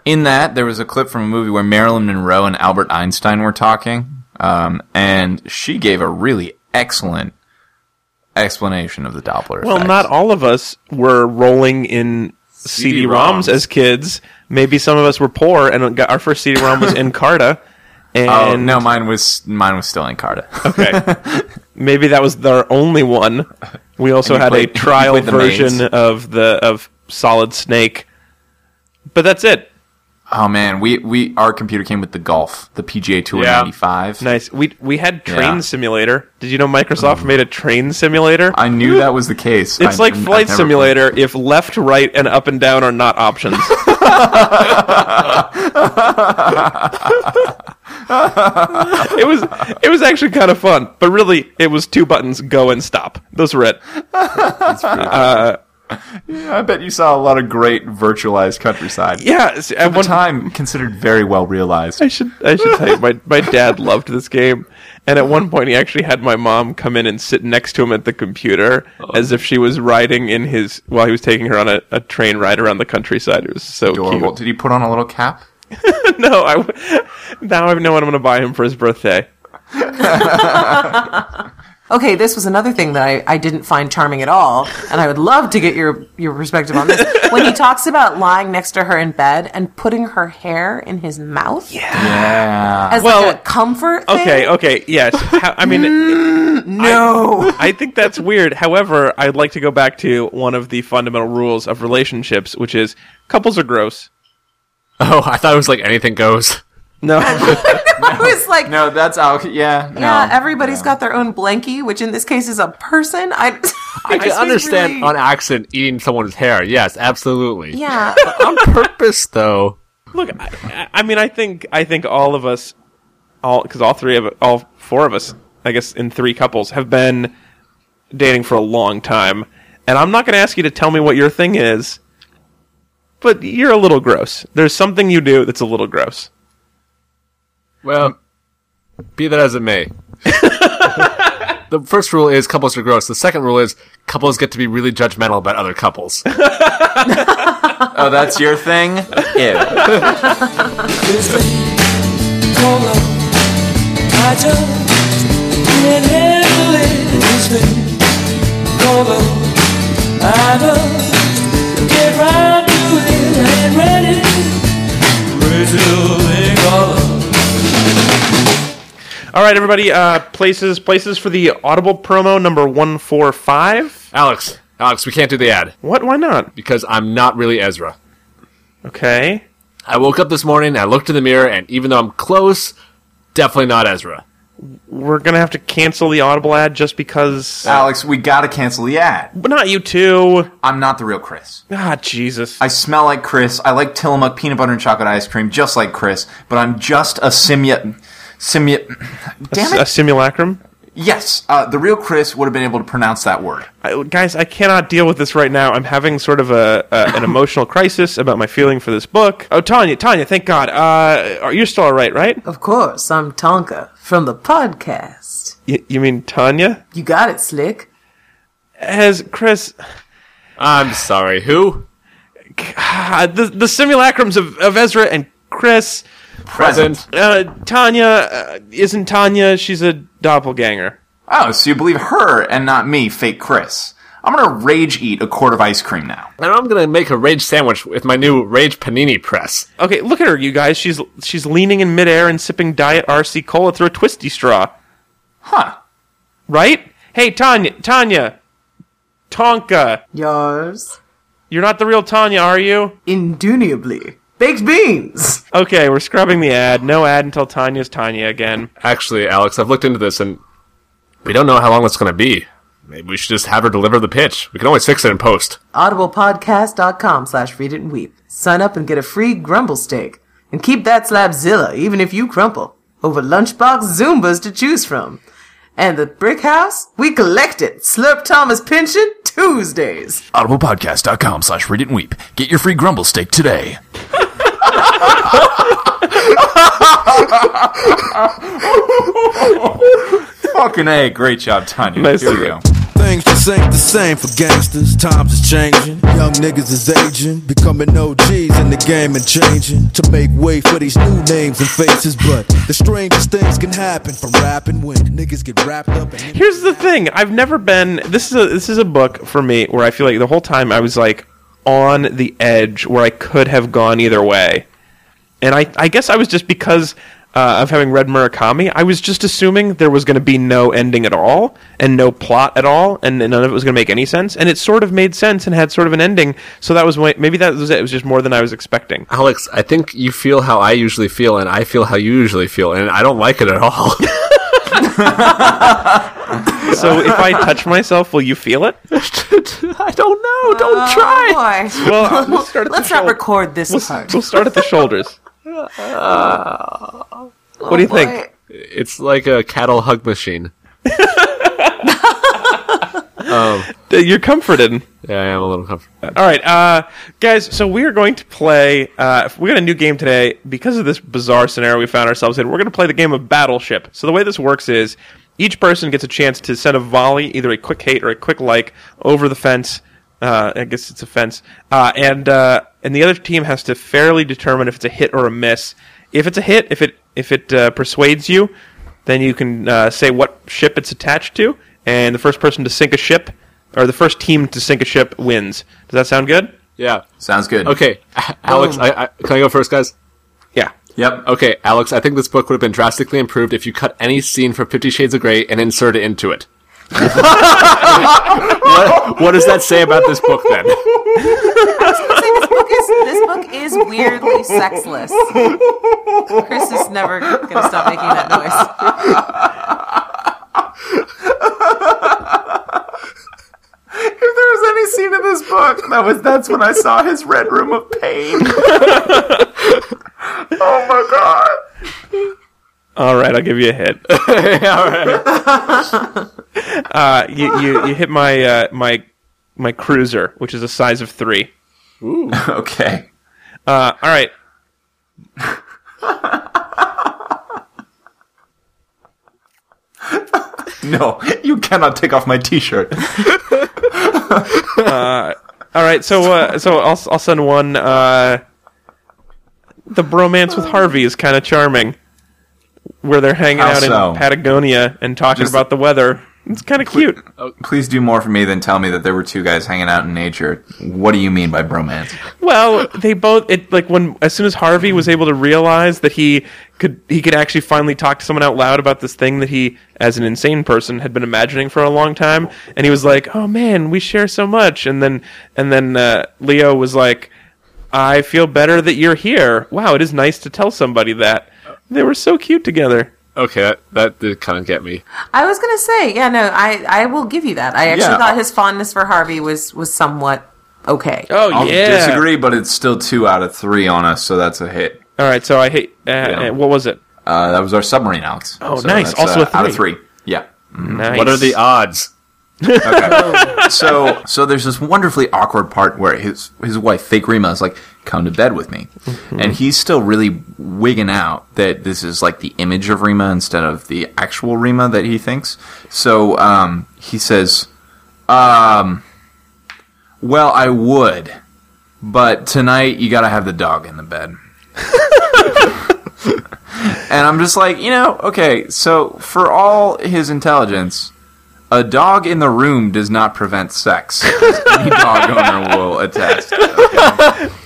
Speaker 2: In that, there was a clip from a movie where Marilyn Monroe and Albert Einstein were talking, um, and she gave a really excellent explanation of the Doppler.
Speaker 1: Well,
Speaker 2: effect.
Speaker 1: not all of us were rolling in CD-ROMs
Speaker 3: CD-ROMs.
Speaker 1: as kids. Maybe some of us were poor, and got, our first CD-ROM was Encarta. And
Speaker 2: Oh no, mine was mine was still in Carta.
Speaker 1: okay, maybe that was our only one. We also
Speaker 2: And you
Speaker 1: had
Speaker 2: played-
Speaker 1: a
Speaker 2: you
Speaker 1: trial
Speaker 2: played the
Speaker 1: version
Speaker 2: mains.
Speaker 1: of the of Solid Snake, but that's it.
Speaker 2: Oh man, we we our computer came with the golf, the PGA Tour
Speaker 3: Yeah.
Speaker 2: '95.
Speaker 1: Nice. We we had Train
Speaker 2: Yeah. Mm.
Speaker 1: Simulator. Did you know Microsoft made a Train Simulator?
Speaker 2: I knew that was the case.
Speaker 1: it's
Speaker 2: I-
Speaker 1: like
Speaker 2: I've
Speaker 1: Flight
Speaker 2: never
Speaker 1: Simulator if left, right, and up and down are not options. it was it was actually kind of fun, but really it was two buttons: go and stop. Those were it.
Speaker 2: played- I bet you saw a lot of great virtualized countryside.
Speaker 1: Yeah, s- at
Speaker 2: At one
Speaker 1: one
Speaker 2: time, considered very well realized.
Speaker 1: I should I should tell you my my dad loved this game, and at one point he actually had my mom come in and sit next to him at the computer
Speaker 2: Oh.
Speaker 1: as if she was riding in his while he was taking her on a, a train ride around the countryside. It was so
Speaker 2: Adorable.
Speaker 1: cute.
Speaker 2: Did he put on a little cap?
Speaker 1: no, I w- now I know what I'm going to buy him for his birthday.
Speaker 4: Okay, this was another thing that I, I didn't find charming at all, and I would love to get your, your perspective on this. When he talks about lying next to her in bed and putting her hair in his mouth
Speaker 2: Yeah.
Speaker 4: as
Speaker 1: Well,
Speaker 4: like a comfort thing.
Speaker 1: Okay, okay, yes. How, I mean,
Speaker 4: No.
Speaker 1: I think that's weird. However, I'd like to go back to one of the fundamental rules of relationships, which is couples are gross.
Speaker 3: Oh, I thought it was like anything goes.
Speaker 1: No,
Speaker 4: I was like,
Speaker 2: No, that's out. Yeah. No.
Speaker 4: yeah, everybody's got their own blankie, which in this case is a person. I,
Speaker 3: I can
Speaker 4: just
Speaker 3: understand
Speaker 4: really-
Speaker 3: on accident eating someone's hair. Yes, absolutely.
Speaker 4: yeah.
Speaker 3: on purpose though.
Speaker 1: look, I- I, I mean, I think I think all of us, all because all three of all four of us, I guess, in three couples have been dating for a long time, and I'm not going to ask you to tell me what your thing is, but you're a little gross. There's something you do that's a little gross.
Speaker 3: Well, be that as it may. the first rule is couples are gross. The second rule is couples get to be really judgmental about other couples.
Speaker 2: Oh, that's your thing? Yeah.
Speaker 1: All right, everybody, uh, places places for the Audible promo number one four five.
Speaker 3: Alex, Alex, we can't do the ad
Speaker 1: What? Why not?
Speaker 3: because I'm not really Ezra.
Speaker 1: Okay.
Speaker 3: I woke up this morning, I looked in the mirror, and even though I'm close, definitely not Ezra.
Speaker 1: We're gonna have to cancel the Audible ad just because.
Speaker 2: Alex, we gotta cancel the ad.
Speaker 1: But not you two.
Speaker 2: I'm not the real Chris.
Speaker 1: Ah, Jesus.
Speaker 2: I smell like Chris. I like Tillamook peanut butter and chocolate ice cream just like Chris, but I'm just a simu. Simu. Damn
Speaker 1: a
Speaker 2: it.
Speaker 1: simulacrum.
Speaker 2: Yes, uh, the real Chris would have been able to pronounce that word.
Speaker 1: I, guys, I cannot deal with this right now. I'm having sort of a, a an emotional crisis about my feeling for this book. Oh, Tanya, Tanya, thank God. Uh, are you still all right? Right?
Speaker 2: Oh.
Speaker 4: Of course, I'm Tonka from the podcast.
Speaker 1: Y- you mean Tanya?
Speaker 4: You got it, Slick.
Speaker 1: As Chris,
Speaker 3: I'm sorry, who?
Speaker 1: ah, the the simulacrums of, of Ezra and Chris.
Speaker 3: Present.
Speaker 1: Uh, Tanya uh, isn't Tanya. She's a doppelganger.
Speaker 2: Oh, so you believe her and not me, fake Chris. I'm gonna rage eat a quart of ice cream now.
Speaker 3: And I'm gonna make a rage sandwich with my new rage panini press.
Speaker 1: Okay, look at her, you guys. She's she's leaning in midair and sipping Diet RC cola through a twisty straw.
Speaker 2: Huh.
Speaker 1: Right? Hey, Tanya, Tanya, Tonka.
Speaker 4: Yours.
Speaker 1: You're not the real Tanya, are you?
Speaker 4: Indubitably. Baked beans.
Speaker 1: Okay, we're scrubbing the ad. No ad until Tanya's Tanya again.
Speaker 3: Actually, Alex, I've looked into this and we don't know how long it's going to be. Maybe we should just have her deliver the pitch. We can always fix it in post.
Speaker 4: audiblepodcast.com slash read it and weep. Sign up and get a free grumble steak. And keep that slabzilla even if you crumple. Over lunchbox Zumbas to choose from. And the Brick House, we collect it. Slurp Thomas Pension Tuesdays.
Speaker 2: AudiblePodcast.com slash read it and weep. Get your free grumble steak today. Fucking A, great job, Tanya.
Speaker 1: Nice
Speaker 2: Here we go.
Speaker 1: work.
Speaker 9: Things just ain't the same for gangsters. Times is changing. Young niggas is aging, becoming OGs in the game and changing to make way for these new names and faces. But the strangest things can happen from rapping when niggas get wrapped up. And
Speaker 1: Here's the thing: I've never been. This is a this is a book for me where I feel like the whole time I was like on the edge where I could have gone either way, and I I guess I was just because uh, of having read Murakami, I was just assuming there was going to be no ending at all and no plot at all, and, and none of it was going to make any sense, and it sort of made sense and had sort of an ending. So that was why- maybe that was it. It was just more than I was expecting.
Speaker 3: Alex, I think you feel how I usually feel, and I feel how you usually feel, and I don't like it at all.
Speaker 1: So if I touch myself, will you feel it?
Speaker 3: I don't know. Don't try.
Speaker 4: boy.
Speaker 1: Well, we'll start at the
Speaker 4: Let's not
Speaker 1: shoul-
Speaker 4: record this
Speaker 1: We'll,
Speaker 4: part.
Speaker 1: s- we'll start at the shoulders. what do
Speaker 4: Oh,
Speaker 1: you think?
Speaker 3: It's like a cattle hug machine.
Speaker 1: Uh, You're comforted.
Speaker 3: Yeah, I am a little comfortable.
Speaker 1: All right, uh, guys. So we are going to play. Uh, we got a new game today because of this bizarre scenario we found ourselves in. We're going to play the game of Battleship. So the way this works is each person gets a chance to send a volley, either a quick hate or a quick like, over the fence Uh, I guess it's a fence. Uh, and uh, and the other team has to fairly determine if it's a hit or a miss. If it's a hit, if it if it uh, persuades you, then you can uh, say what ship it's attached to, and the first person to sink a ship, or the first team to sink a ship wins. Does that sound good?
Speaker 3: Yeah.
Speaker 2: Sounds good.
Speaker 3: Okay, Alex, I, I, can I go first, guys?
Speaker 1: Yeah.
Speaker 2: Yep.
Speaker 3: Okay, Alex, I think this book would have been drastically improved if you cut any scene from Fifty Shades of Grey and insert it into it. what, what does that say about this book then?
Speaker 7: Say this book is this book is weirdly sexless. Chris is never gonna stop making that noise.
Speaker 2: If there was any scene in this book, that was that's when I saw his red room of pain. oh my god.
Speaker 1: All right, I'll give you a hit. uh, you, you you hit my uh, my my cruiser, which is a size of three.
Speaker 2: Okay.
Speaker 1: Uh, all right.
Speaker 2: No, you cannot take off my T-shirt.
Speaker 1: All right, so uh, so I'll I'll send one. Uh, the bromance with Harvey is kind of charming, where they're hanging
Speaker 2: How
Speaker 1: out
Speaker 2: so?
Speaker 1: in Patagonia and talking
Speaker 2: Just-
Speaker 1: about the weather. It's kind of cute.
Speaker 2: Please do more for me than tell me that there were two guys hanging out in nature. What do you mean by bromance?
Speaker 1: Well, they both it like when as soon as Harvey was able to realize that he could he could actually finally talk to someone out loud about this thing that he as an insane person had been imagining for a long time and he was like, "Oh man, we share so much." And then and then uh, Leo was like, "I feel better that you're here. Wow, it is nice to tell somebody that." They were so cute together.
Speaker 3: Okay, that, that did kind of get me.
Speaker 7: I was gonna say, yeah, no, I, I will give you that. I actually
Speaker 2: Yeah.
Speaker 7: thought his fondness for Harvey was was somewhat okay.
Speaker 1: Oh
Speaker 2: I'll disagree, but it's still two out of three on us, so that's a hit.
Speaker 1: All right, so I hate uh, uh, what was it?
Speaker 2: Uh, that was our submarine, Alex.
Speaker 1: Oh, nice.
Speaker 2: that's,
Speaker 1: Also
Speaker 2: uh,
Speaker 1: a
Speaker 2: out of three. Yeah.
Speaker 1: Nice.
Speaker 3: What are the odds?
Speaker 2: so so there's this wonderfully awkward part where his his wife fake Rima is like come to bed with me and he's still really wigging out that this is like the image of Rima instead of the actual Rima that he thinks so um, he says um well I would but tonight you got to have the dog in the bed and I'm just like you know okay so for all his intelligence a dog in the room does not prevent sex. as Any dog owner will attest.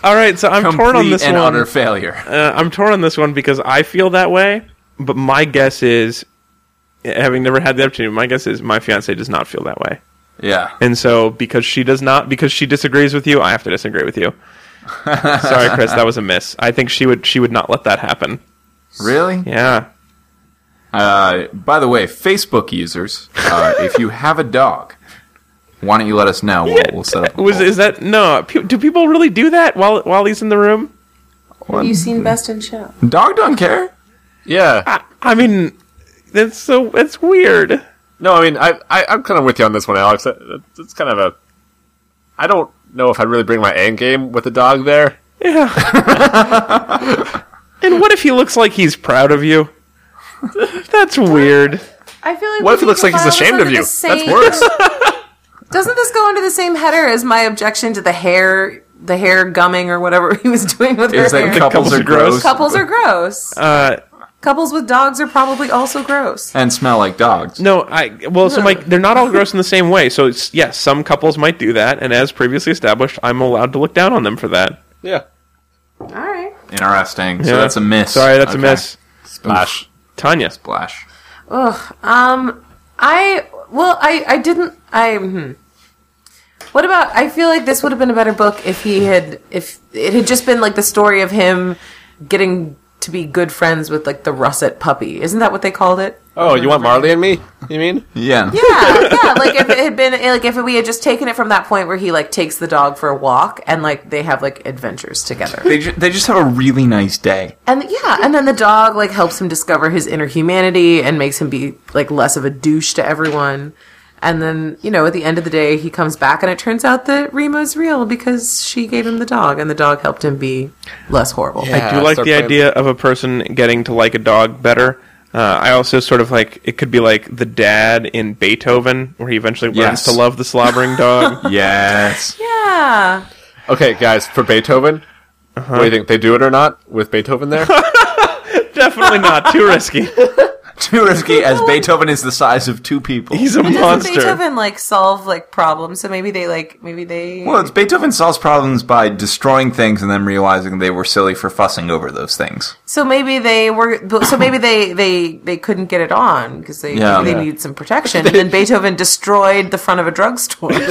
Speaker 1: All right, so I'm torn on
Speaker 2: Complete
Speaker 1: this
Speaker 2: and
Speaker 1: one.
Speaker 2: utter failure.
Speaker 1: Uh, I'm torn on this one because I feel that way, but my guess is, having never had the opportunity, my guess is my fiance does not feel that way,
Speaker 2: Yeah.
Speaker 1: and so because she does not, because she disagrees with you, I have to disagree with you. Sorry, Chris, that was a miss. I think she would she would not let that happen.
Speaker 2: Really?
Speaker 1: Yeah,
Speaker 2: Uh, by the way, Facebook users, uh, if you have a dog, why don't you let us know? We'll, we'll set up. a
Speaker 1: was
Speaker 2: poll.
Speaker 1: is that no? pe- Do people really do that while while he's in the room?
Speaker 7: Have you seen Best in Show?
Speaker 2: dog don't care?
Speaker 3: Yeah.
Speaker 1: I, I mean, that's so that's weird.
Speaker 3: No, I mean, I, I I'm kind of with you on this one, Alex. That- that- That's kind of a. I don't know if I really bring my end game with the dog there.
Speaker 1: Yeah. and what if he looks like he's proud of you? That's weird.
Speaker 7: I feel like
Speaker 3: What
Speaker 7: we
Speaker 3: if he
Speaker 7: could
Speaker 3: looks like he's
Speaker 7: compile this
Speaker 3: ashamed of
Speaker 7: under
Speaker 3: you?
Speaker 7: the
Speaker 3: That's
Speaker 7: same-
Speaker 3: worse.
Speaker 7: Doesn't this go under the same header as my objection to the hair, the hair gumming or whatever he was doing with
Speaker 2: Is
Speaker 7: her
Speaker 2: that
Speaker 7: hair?
Speaker 2: couples, are gross,
Speaker 7: Couples are gross.
Speaker 1: Uh,
Speaker 7: Couples with dogs are probably also gross.
Speaker 2: and smell like dogs?
Speaker 1: no, I well, so my they're not all gross in the same way. So it's, yes, some couples might do that, and as previously established, I'm allowed to look down on them for that.
Speaker 3: yeah.
Speaker 7: All right.
Speaker 2: Interesting. So
Speaker 1: Yeah.
Speaker 2: that's a miss.
Speaker 1: Sorry, that's
Speaker 2: Okay.
Speaker 1: a miss.
Speaker 3: Splash.
Speaker 1: Tanya,
Speaker 2: Splash.
Speaker 7: Um, I well, I I didn't. I hmm. what about? I feel like this would have been a better book if he had if it had just been like the story of him getting to be good friends with like the russet puppy. Isn't that what they called it?
Speaker 3: Oh, you want Marley and me? You mean?
Speaker 2: Yeah.
Speaker 7: yeah, yeah. Like if it had been, like if we had just taken it from that point where he like takes the dog for a walk and like they have like adventures together,
Speaker 2: They, ju- they just have a really nice day.
Speaker 7: and yeah, and then the dog like helps him discover his inner humanity and makes him be like less of a douche to everyone, and then you know at the end of the day he comes back and it turns out that Remo's real because she gave him the dog and the dog helped him be less horrible.
Speaker 1: I
Speaker 3: Uh,
Speaker 1: do like the idea of a person getting to like a dog better. Uh, I also sort of like it could be like the dad in Beethoven, where he eventually learns
Speaker 2: Yes.
Speaker 1: to love the slobbering dog.
Speaker 2: Yes.
Speaker 7: Yeah.
Speaker 3: Okay, guys, for Beethoven,
Speaker 1: Uh-huh.
Speaker 3: what do you think? They do it or not with Beethoven there?
Speaker 1: Definitely not. Too risky.
Speaker 2: Too risky, as Beethoven is the size of two people.
Speaker 1: He's a
Speaker 7: Doesn't
Speaker 1: monster.
Speaker 7: Beethoven like solve like problems? So maybe they like maybe they.
Speaker 2: Well, it's Beethoven solves problems by destroying things and then realizing they were silly for fussing over those things.
Speaker 7: So maybe they were. So maybe they they they couldn't get it on because they
Speaker 2: Yeah.
Speaker 7: they
Speaker 2: Yeah.
Speaker 7: needed some protection. and then Beethoven destroyed the front of a drugstore and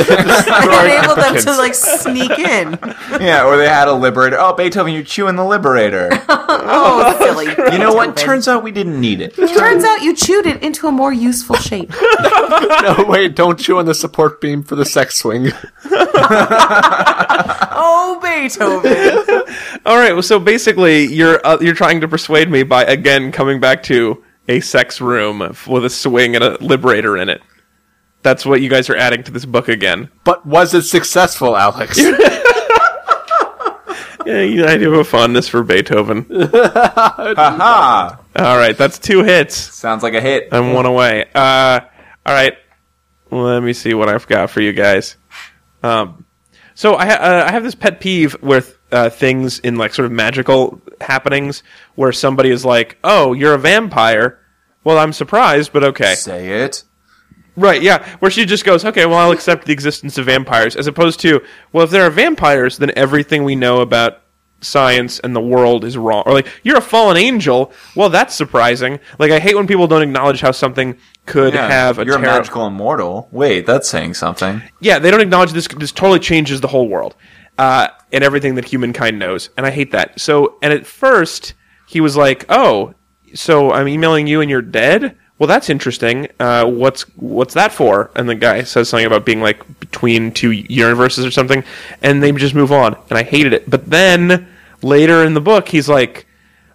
Speaker 7: enabled them to like sneak in.
Speaker 2: Yeah, or they had a liberator. Oh, Beethoven, you're chewing the liberator.
Speaker 7: Oh, silly!
Speaker 2: You know what? Turns out we didn't need it.
Speaker 7: turns out you chewed it into a more useful shape.
Speaker 3: no, wait, don't chew on the support beam for the sex swing.
Speaker 7: Oh, Beethoven!
Speaker 1: All right. Well, so basically, you're uh, you're trying to persuade me by again coming back to a sex room f- with a swing and a liberator in it. That's what you guys are adding to this book again.
Speaker 3: But was it successful, Alex?
Speaker 1: Yeah, you- I do have a fondness for Beethoven.
Speaker 2: Aha!
Speaker 1: All right, that's two hits.
Speaker 2: Sounds like a hit.
Speaker 1: I'm one away. Uh, all right, let me see what I've got for you guys. Um, so I ha- uh, I have this pet peeve with uh, things in like sort of magical happenings where somebody is like, "Oh, you're a vampire." Well, I'm surprised, but okay.
Speaker 2: Say it.
Speaker 1: Right, yeah. Where she just goes, okay, well, I'll accept the existence of vampires, as opposed to, well, if there are vampires, then everything we know about science and the world is wrong. Or, like, you're a fallen angel. Well, that's surprising. Like, I hate when people don't acknowledge how something could
Speaker 2: Yeah,
Speaker 1: have a
Speaker 2: you're
Speaker 1: terri-
Speaker 2: a magical immortal. Wait, that's saying something.
Speaker 1: Yeah, they don't acknowledge this. This totally changes the whole world uh, and everything that humankind knows. And I hate that. So, and at first, he was like, oh, so I'm emailing you and you're dead? Well, that's interesting. Uh, what's what's that for? And the guy says something about being like between two universes or something, and they just move on. And I hated it. But then later in the book, he's like,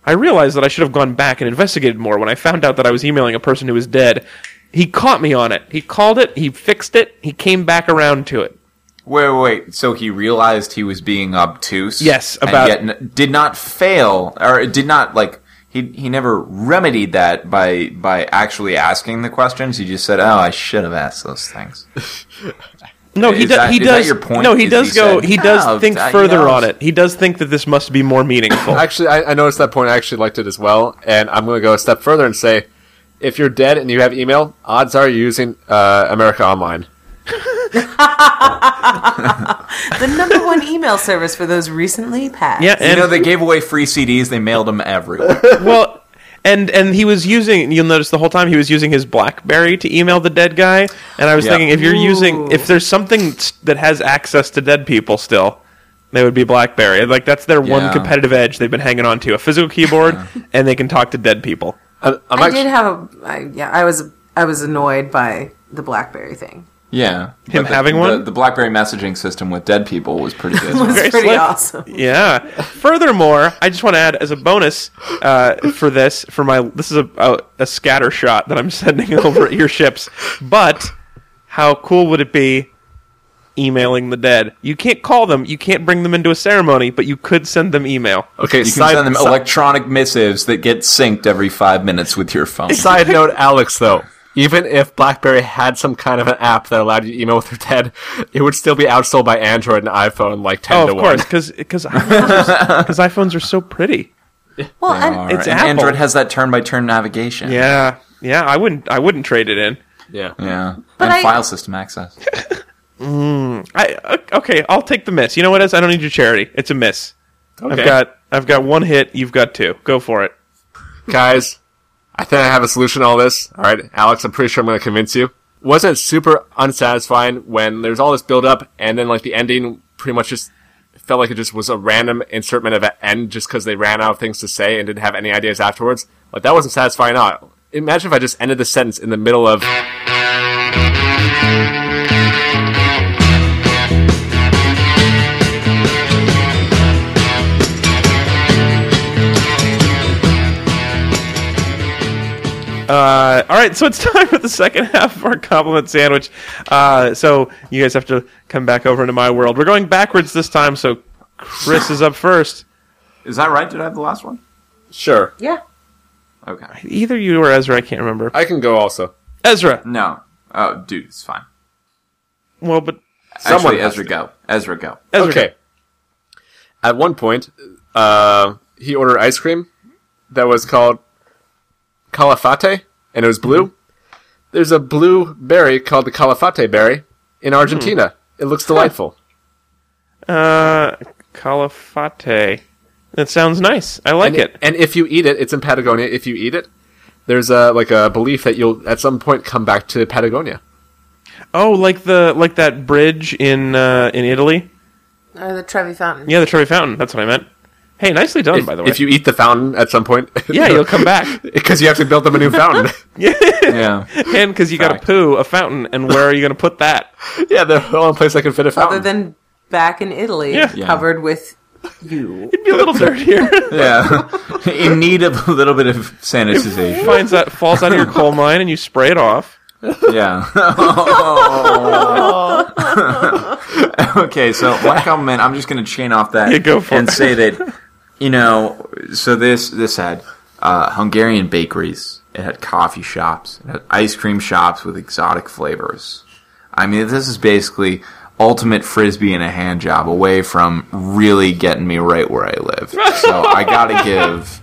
Speaker 1: I realized that I should have gone back and investigated more when I found out that I was emailing a person who was dead. He caught me on it. He called it, he fixed it, he came back around to it.
Speaker 2: Wait, wait, wait. So he realized he was being obtuse.
Speaker 1: Yes,
Speaker 2: and
Speaker 1: about-
Speaker 2: yet n- did not fail or did not like he he never remedied that by by actually asking the questions. He just said, "Oh, I should have asked those things."
Speaker 1: No, he,
Speaker 2: Is
Speaker 1: do-
Speaker 2: that-
Speaker 1: he
Speaker 2: is that
Speaker 1: does.
Speaker 2: your point?
Speaker 1: No, he
Speaker 2: Is
Speaker 1: does
Speaker 2: he
Speaker 1: go.
Speaker 2: said,
Speaker 1: he does
Speaker 2: "Oh,
Speaker 1: think
Speaker 2: that- you
Speaker 1: further
Speaker 2: know,
Speaker 1: on it. He does think that this must be more meaningful.
Speaker 3: Actually, I, I noticed that point. I actually liked it as well, and I'm going to go a step further and say, if you're dead and you have email, odds are you're using uh, America Online.
Speaker 7: The number one email service for those recently passed.
Speaker 1: yeah,
Speaker 2: you
Speaker 1: and
Speaker 2: know, they gave away free CDs. They mailed them everywhere.
Speaker 1: well, and and he was using. You'll notice the whole time he was using his BlackBerry to email the dead guy. And I was
Speaker 2: Yeah.
Speaker 1: thinking, if you're using,
Speaker 7: Ooh.
Speaker 1: if there's something s- that has access to dead people still, they would be BlackBerry. Like that's their
Speaker 2: Yeah.
Speaker 1: one competitive edge they've been hanging on to: a physical keyboard, and they can talk to dead people.
Speaker 3: I'm, Uh, I'm
Speaker 7: I
Speaker 3: actually,
Speaker 7: did have a. I, yeah, I was I was annoyed by the BlackBerry thing.
Speaker 2: yeah,
Speaker 1: Him
Speaker 2: But the-
Speaker 1: having
Speaker 2: the-
Speaker 1: one?
Speaker 2: The BlackBerry messaging system with dead people was pretty good.
Speaker 7: It's
Speaker 1: Very
Speaker 7: pretty
Speaker 1: slick.
Speaker 7: awesome.
Speaker 1: Yeah. Furthermore, I just want to add as a bonus uh, for this, for my this is a, a a scatter shot that I'm sending over at your ships. But how cool would it be emailing the dead? You can't call them, you can't bring them into a ceremony, but you could send them email.
Speaker 3: okay,
Speaker 2: You can
Speaker 3: side,
Speaker 2: send them
Speaker 3: si-
Speaker 2: electronic missives that get synced every five minutes with your phone.
Speaker 3: side note, Alex, though, even if BlackBerry had some kind of an app that allowed you to email with your dead, it would still be outsold by Android and iPhone like 10
Speaker 1: Oh,
Speaker 3: to
Speaker 1: of course,
Speaker 3: 1.
Speaker 1: because iPhones are so pretty.
Speaker 7: Well,
Speaker 2: They are.
Speaker 7: and
Speaker 1: it's
Speaker 2: and
Speaker 1: Apple.
Speaker 2: Android has that turn-by-turn navigation.
Speaker 1: Yeah, yeah. I wouldn't, I wouldn't trade it in.
Speaker 3: Yeah.
Speaker 2: yeah,
Speaker 7: But
Speaker 2: and
Speaker 7: I-
Speaker 2: file system access.
Speaker 1: I okay, I'll take the miss. You know what? Is I don't need your charity. It's a miss.
Speaker 3: Okay.
Speaker 1: I've got, I've got one hit. You've got two. Go for it.
Speaker 3: Guys, I think I have a solution to all this. All right, Alex, I'm pretty sure I'm going to convince you. Wasn't it super unsatisfying when there's all this build up and then like the ending pretty much just felt like it just was a random insertment of an end just because they ran out of things to say and didn't have any ideas afterwards? Like that wasn't satisfying at all. Imagine if I just ended the sentence in the middle of
Speaker 1: Uh, all right, so it's time for the second half of our compliment sandwich. Uh, so you guys have to come back over into my world. We're going backwards this time, so Chris is up first.
Speaker 2: Is that right? Did I have the last one?
Speaker 3: sure,
Speaker 7: yeah,
Speaker 2: Okay.
Speaker 1: Either you or Ezra, I can't remember.
Speaker 3: I can go also.
Speaker 1: Ezra.
Speaker 2: No. Oh, dude, it's fine.
Speaker 1: Well, but
Speaker 3: Someone
Speaker 2: Actually,
Speaker 3: has
Speaker 2: Ezra
Speaker 3: to.
Speaker 2: Go. Ezra Go.
Speaker 1: Ezra,
Speaker 3: Okay. At one point, uh, he ordered ice cream that was called calafate, and it was blue.
Speaker 1: Mm-hmm.
Speaker 3: There's a blue berry called the calafate berry in Argentina.
Speaker 1: Hmm.
Speaker 3: It looks delightful.
Speaker 1: Uh, calafate. That sounds nice. I like
Speaker 3: and,
Speaker 1: it.
Speaker 3: and if you eat it, it's in Patagonia. If you eat it, there's a like a belief that you'll at some point come back to Patagonia.
Speaker 1: Oh, like the like that bridge in uh, in Italy.
Speaker 7: Or the Trevi Fountain.
Speaker 1: Yeah, the Trevi Fountain. That's what I meant. Hey, nicely done,
Speaker 3: If,
Speaker 1: by the way.
Speaker 3: if you eat the fountain at some point,
Speaker 1: yeah, you'll come back,
Speaker 3: because you have to build them a new fountain.
Speaker 2: Yeah.
Speaker 1: and because you got to
Speaker 3: Fact.
Speaker 1: poo a fountain, and where are you going to put that?
Speaker 3: yeah, the only place I can fit a fountain.
Speaker 7: Other than back in Italy,
Speaker 1: Yeah.
Speaker 2: Yeah.
Speaker 7: covered with you.
Speaker 1: It'd be a little dirtier.
Speaker 2: Yeah. In need of a little bit of sanitization.
Speaker 1: Finds that falls out of your coal mine, and you spray it off.
Speaker 2: Yeah. okay, so one compliment. I'm just going to chain off that
Speaker 1: Yeah, go for
Speaker 2: and
Speaker 1: it.
Speaker 2: say that you know. So this this had uh, Hungarian bakeries. It had coffee shops. It had ice cream shops with exotic flavors. I mean, this is basically ultimate frisbee and a hand job away from really getting me right where I live. So I gotta give.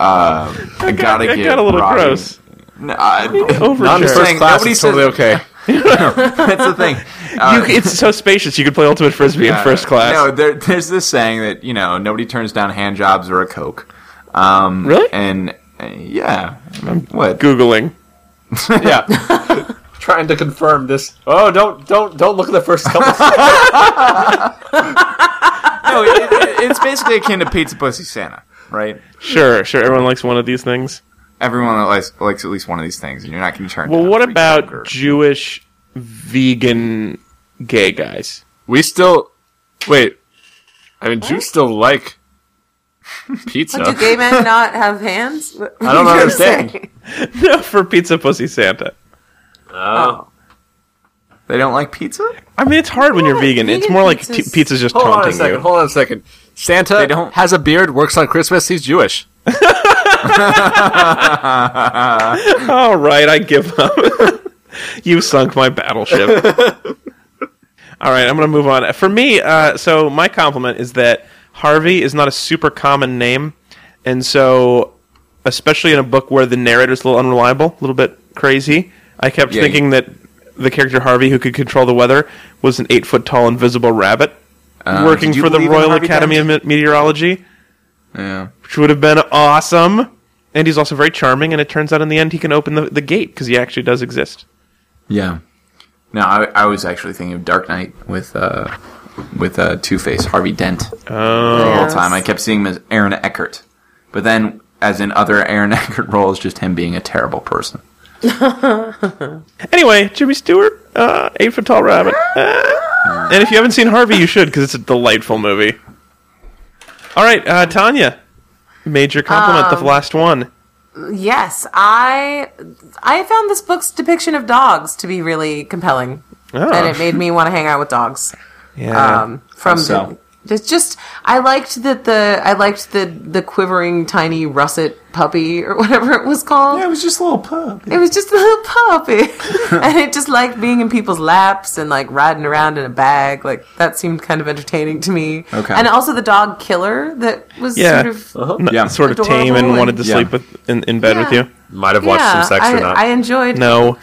Speaker 2: Um, I gotta
Speaker 1: That
Speaker 2: give.
Speaker 1: got a little
Speaker 2: Roger-
Speaker 1: gross.
Speaker 2: No, I-
Speaker 1: Over
Speaker 3: not in
Speaker 1: sure.
Speaker 3: first
Speaker 2: saying-
Speaker 3: class.
Speaker 2: nobody
Speaker 3: It's
Speaker 2: says-
Speaker 3: totally okay.
Speaker 2: that's the thing. Uh,
Speaker 1: You c- it's so spacious. You could play ultimate frisbee in
Speaker 2: Yeah.
Speaker 1: first class.
Speaker 2: No, there, there's this saying that you know nobody turns down hand jobs or a coke. Um,
Speaker 1: Really?
Speaker 2: And uh, yeah, what?
Speaker 1: Googling.
Speaker 3: yeah. Trying to confirm this. Oh, don't don't don't look at the first couple.
Speaker 2: No, it, it, it's basically akin to pizza pussy Santa, right?
Speaker 1: Sure, sure. Everyone likes one of these things.
Speaker 2: Everyone likes, likes at least one of these things, and you're not going to turn.
Speaker 1: Well,
Speaker 2: down
Speaker 1: what
Speaker 2: free
Speaker 1: about
Speaker 2: coke or-
Speaker 1: Jewish vegan gay guys?
Speaker 3: we still wait. I mean, Jews still like pizza.
Speaker 7: Do gay men not have hands? What-
Speaker 3: I don't
Speaker 7: what are you
Speaker 3: understand.
Speaker 7: saying?
Speaker 1: No, for pizza pussy Santa.
Speaker 2: they don't like pizza?
Speaker 1: I mean, it's hard when you're
Speaker 7: Yeah,
Speaker 1: vegan.
Speaker 7: vegan
Speaker 1: It's more like
Speaker 7: pizza's-
Speaker 1: t- pizza's just
Speaker 3: hold on a
Speaker 1: taunting
Speaker 3: second.
Speaker 1: you.
Speaker 3: Hold on a second. Santa
Speaker 2: They don't-
Speaker 3: has a beard. Works on Christmas. He's Jewish.
Speaker 1: All right, I give up. you sunk my battleship. All right, I'm going to move on. For me, uh, so my compliment is that Harvey is not a super common name, and so especially in a book where the narrator's a little unreliable, a little bit crazy, I kept
Speaker 2: Yeah,
Speaker 1: thinking that the character Harvey, who could control the weather, was an eight foot tall invisible rabbit working
Speaker 2: Um, did you
Speaker 1: for the
Speaker 2: believe in
Speaker 1: Royal
Speaker 2: Harvey
Speaker 1: Academy of Me- Meteorology
Speaker 2: Yeah.
Speaker 1: which would have been awesome. And he's also very charming, and it turns out in the end he can open the, the gate because he actually does exist.
Speaker 2: Yeah. No, I, I was actually thinking of Dark Knight with uh, with uh, Two Face Harvey Dent.
Speaker 1: Oh,
Speaker 2: the whole
Speaker 7: Yes.
Speaker 2: time. I kept seeing him as Aaron Eckert. But then, as in other Aaron Eckert roles, just him being a terrible person.
Speaker 1: anyway, Jimmy Stewart, uh, eight foot tall rabbit. Uh, and if you haven't seen Harvey, you should because it's a delightful movie. All right, uh, Tanya, major compliment,
Speaker 7: Um,
Speaker 1: the last one.
Speaker 7: Yes, I I found this book's depiction of dogs to be really compelling,
Speaker 1: Oh,
Speaker 7: and it made me want to hang out with dogs.
Speaker 1: yeah.
Speaker 7: um, from
Speaker 2: so?
Speaker 7: it's just I liked that the I liked the the quivering tiny russet puppy or whatever it was called.
Speaker 2: was just a little pub.
Speaker 7: It was just a little puppy, and it just liked being in people's laps and like riding around in a bag. Like that seemed kind of entertaining to me.
Speaker 2: Okay.
Speaker 7: and also the dog killer that was
Speaker 1: Yeah.
Speaker 7: sort of
Speaker 1: N-
Speaker 2: Yeah.
Speaker 1: Sort of tame
Speaker 7: Adorable
Speaker 1: and
Speaker 7: and-
Speaker 1: wanted to
Speaker 2: Yeah.
Speaker 1: sleep with in, in bed with
Speaker 7: Yeah.
Speaker 1: you.
Speaker 3: Might have watched
Speaker 7: yeah,
Speaker 3: some sex
Speaker 7: I,
Speaker 3: or not.
Speaker 7: I enjoyed
Speaker 1: No.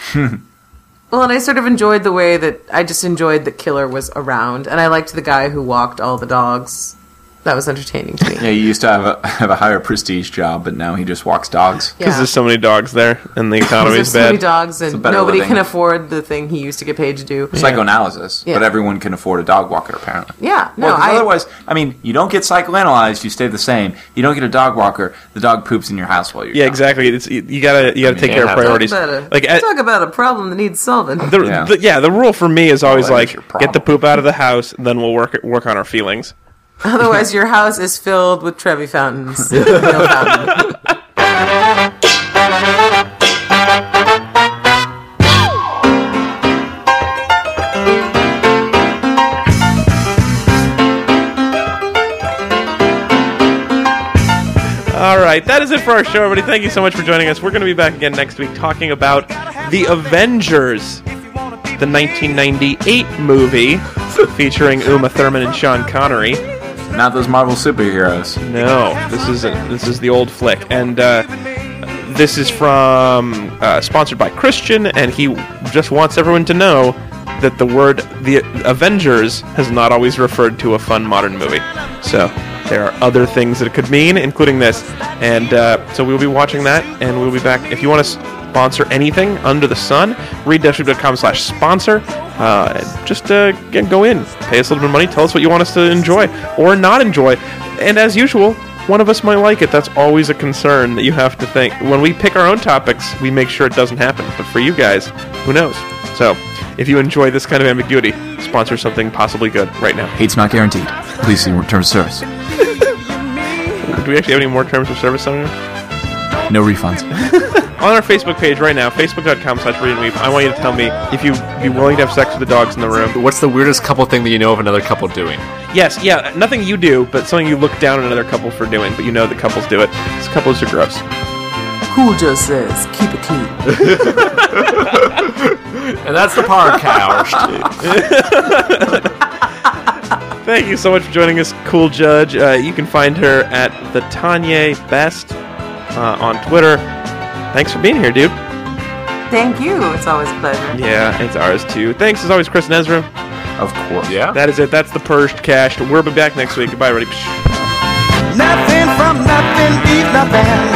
Speaker 7: Well, and I sort of enjoyed the way that I just enjoyed that Killer was around, and I liked the guy who walked all the dogs. That was entertaining to me.
Speaker 2: Yeah, he used to have a have a higher prestige job, but now he just walks dogs.
Speaker 1: Because there's so many dogs there, and the
Speaker 7: There's
Speaker 1: economy's
Speaker 7: so many
Speaker 1: bad.
Speaker 7: dogs, and
Speaker 2: better
Speaker 7: nobody
Speaker 2: living.
Speaker 7: can afford the thing he used to get paid to do.
Speaker 2: Psychoanalysis,
Speaker 7: Yeah.
Speaker 2: but everyone can afford a dog walker apparently.
Speaker 7: Yeah, no,
Speaker 2: well, 'cause
Speaker 7: I,
Speaker 2: otherwise, I mean, you don't get psychoanalyzed, you stay the same. You don't get a dog walker, the dog poops in your house while you're
Speaker 1: Yeah,
Speaker 2: down.
Speaker 1: exactly. It's, you, you gotta you gotta take
Speaker 3: it
Speaker 1: care of
Speaker 3: happens.
Speaker 7: talk
Speaker 1: priorities.
Speaker 7: about a,
Speaker 1: Like at-
Speaker 7: talk about a problem that needs solving.
Speaker 1: The,
Speaker 2: Yeah.
Speaker 1: yeah. The, yeah, the rule for me is always
Speaker 2: Well, that
Speaker 1: like
Speaker 2: is your problem.
Speaker 1: get the poop out of the house, and then we'll work work on our feelings.
Speaker 7: Otherwise, your house is filled with Trevi fountains. No fountain.
Speaker 1: All right, that is it for our show, everybody. Thank you so much for joining us. We're going to be back again next week talking about the Avengers, the 1998 movie featuring Uma Thurman and Sean Connery.
Speaker 2: Not those Marvel superheroes.
Speaker 1: No, this is a, this is the old flick, and uh, this is from uh, sponsored by Christian, and he just wants everyone to know that the word the Avengers has not always referred to a fun modern movie. So there are other things that it could mean, including this, and uh, so we'll be watching that, and we'll be back. If you want to sponsor anything under the sun, read.com slash sponsor. Uh, just uh, again, go in, pay us a little bit of money, tell us what you want us to enjoy or not enjoy. And as usual, one of us might like it. That's always a concern that you have to think. When we pick our own topics, we make sure it doesn't happen. But for you guys, who knows? So if you enjoy this kind of ambiguity, sponsor something possibly good right now.
Speaker 2: Hate's not guaranteed. Please see return of service.
Speaker 1: Do we actually have any more terms of service on here?
Speaker 2: No refunds.
Speaker 1: on our Facebook page right now, facebook.com slash read and weep, I want you to tell me if you'd be willing to have sex with the dogs in the room.
Speaker 8: What's the weirdest couple thing that you know of another couple doing?
Speaker 1: Yes, yeah, nothing you do, but something you look down on another couple for doing, but you know that couples do it. Because couples are gross.
Speaker 4: Cool Joe says, keep it clean.
Speaker 8: And that's the power cow.
Speaker 1: Thank you so much for joining us, Cool Judge. Uh, you can find her at the Tanya Best uh, on Twitter. Thanks for being here, dude.
Speaker 4: Thank you. It's always a pleasure.
Speaker 1: Yeah, it's ours too. Thanks as always, Chris and Ezra.
Speaker 2: Of course.
Speaker 8: yeah.
Speaker 1: That is it. That's the Purged Cash. We'll be back next week. Goodbye, everybody.
Speaker 7: Nothing from nothing, leave nothing. Oh,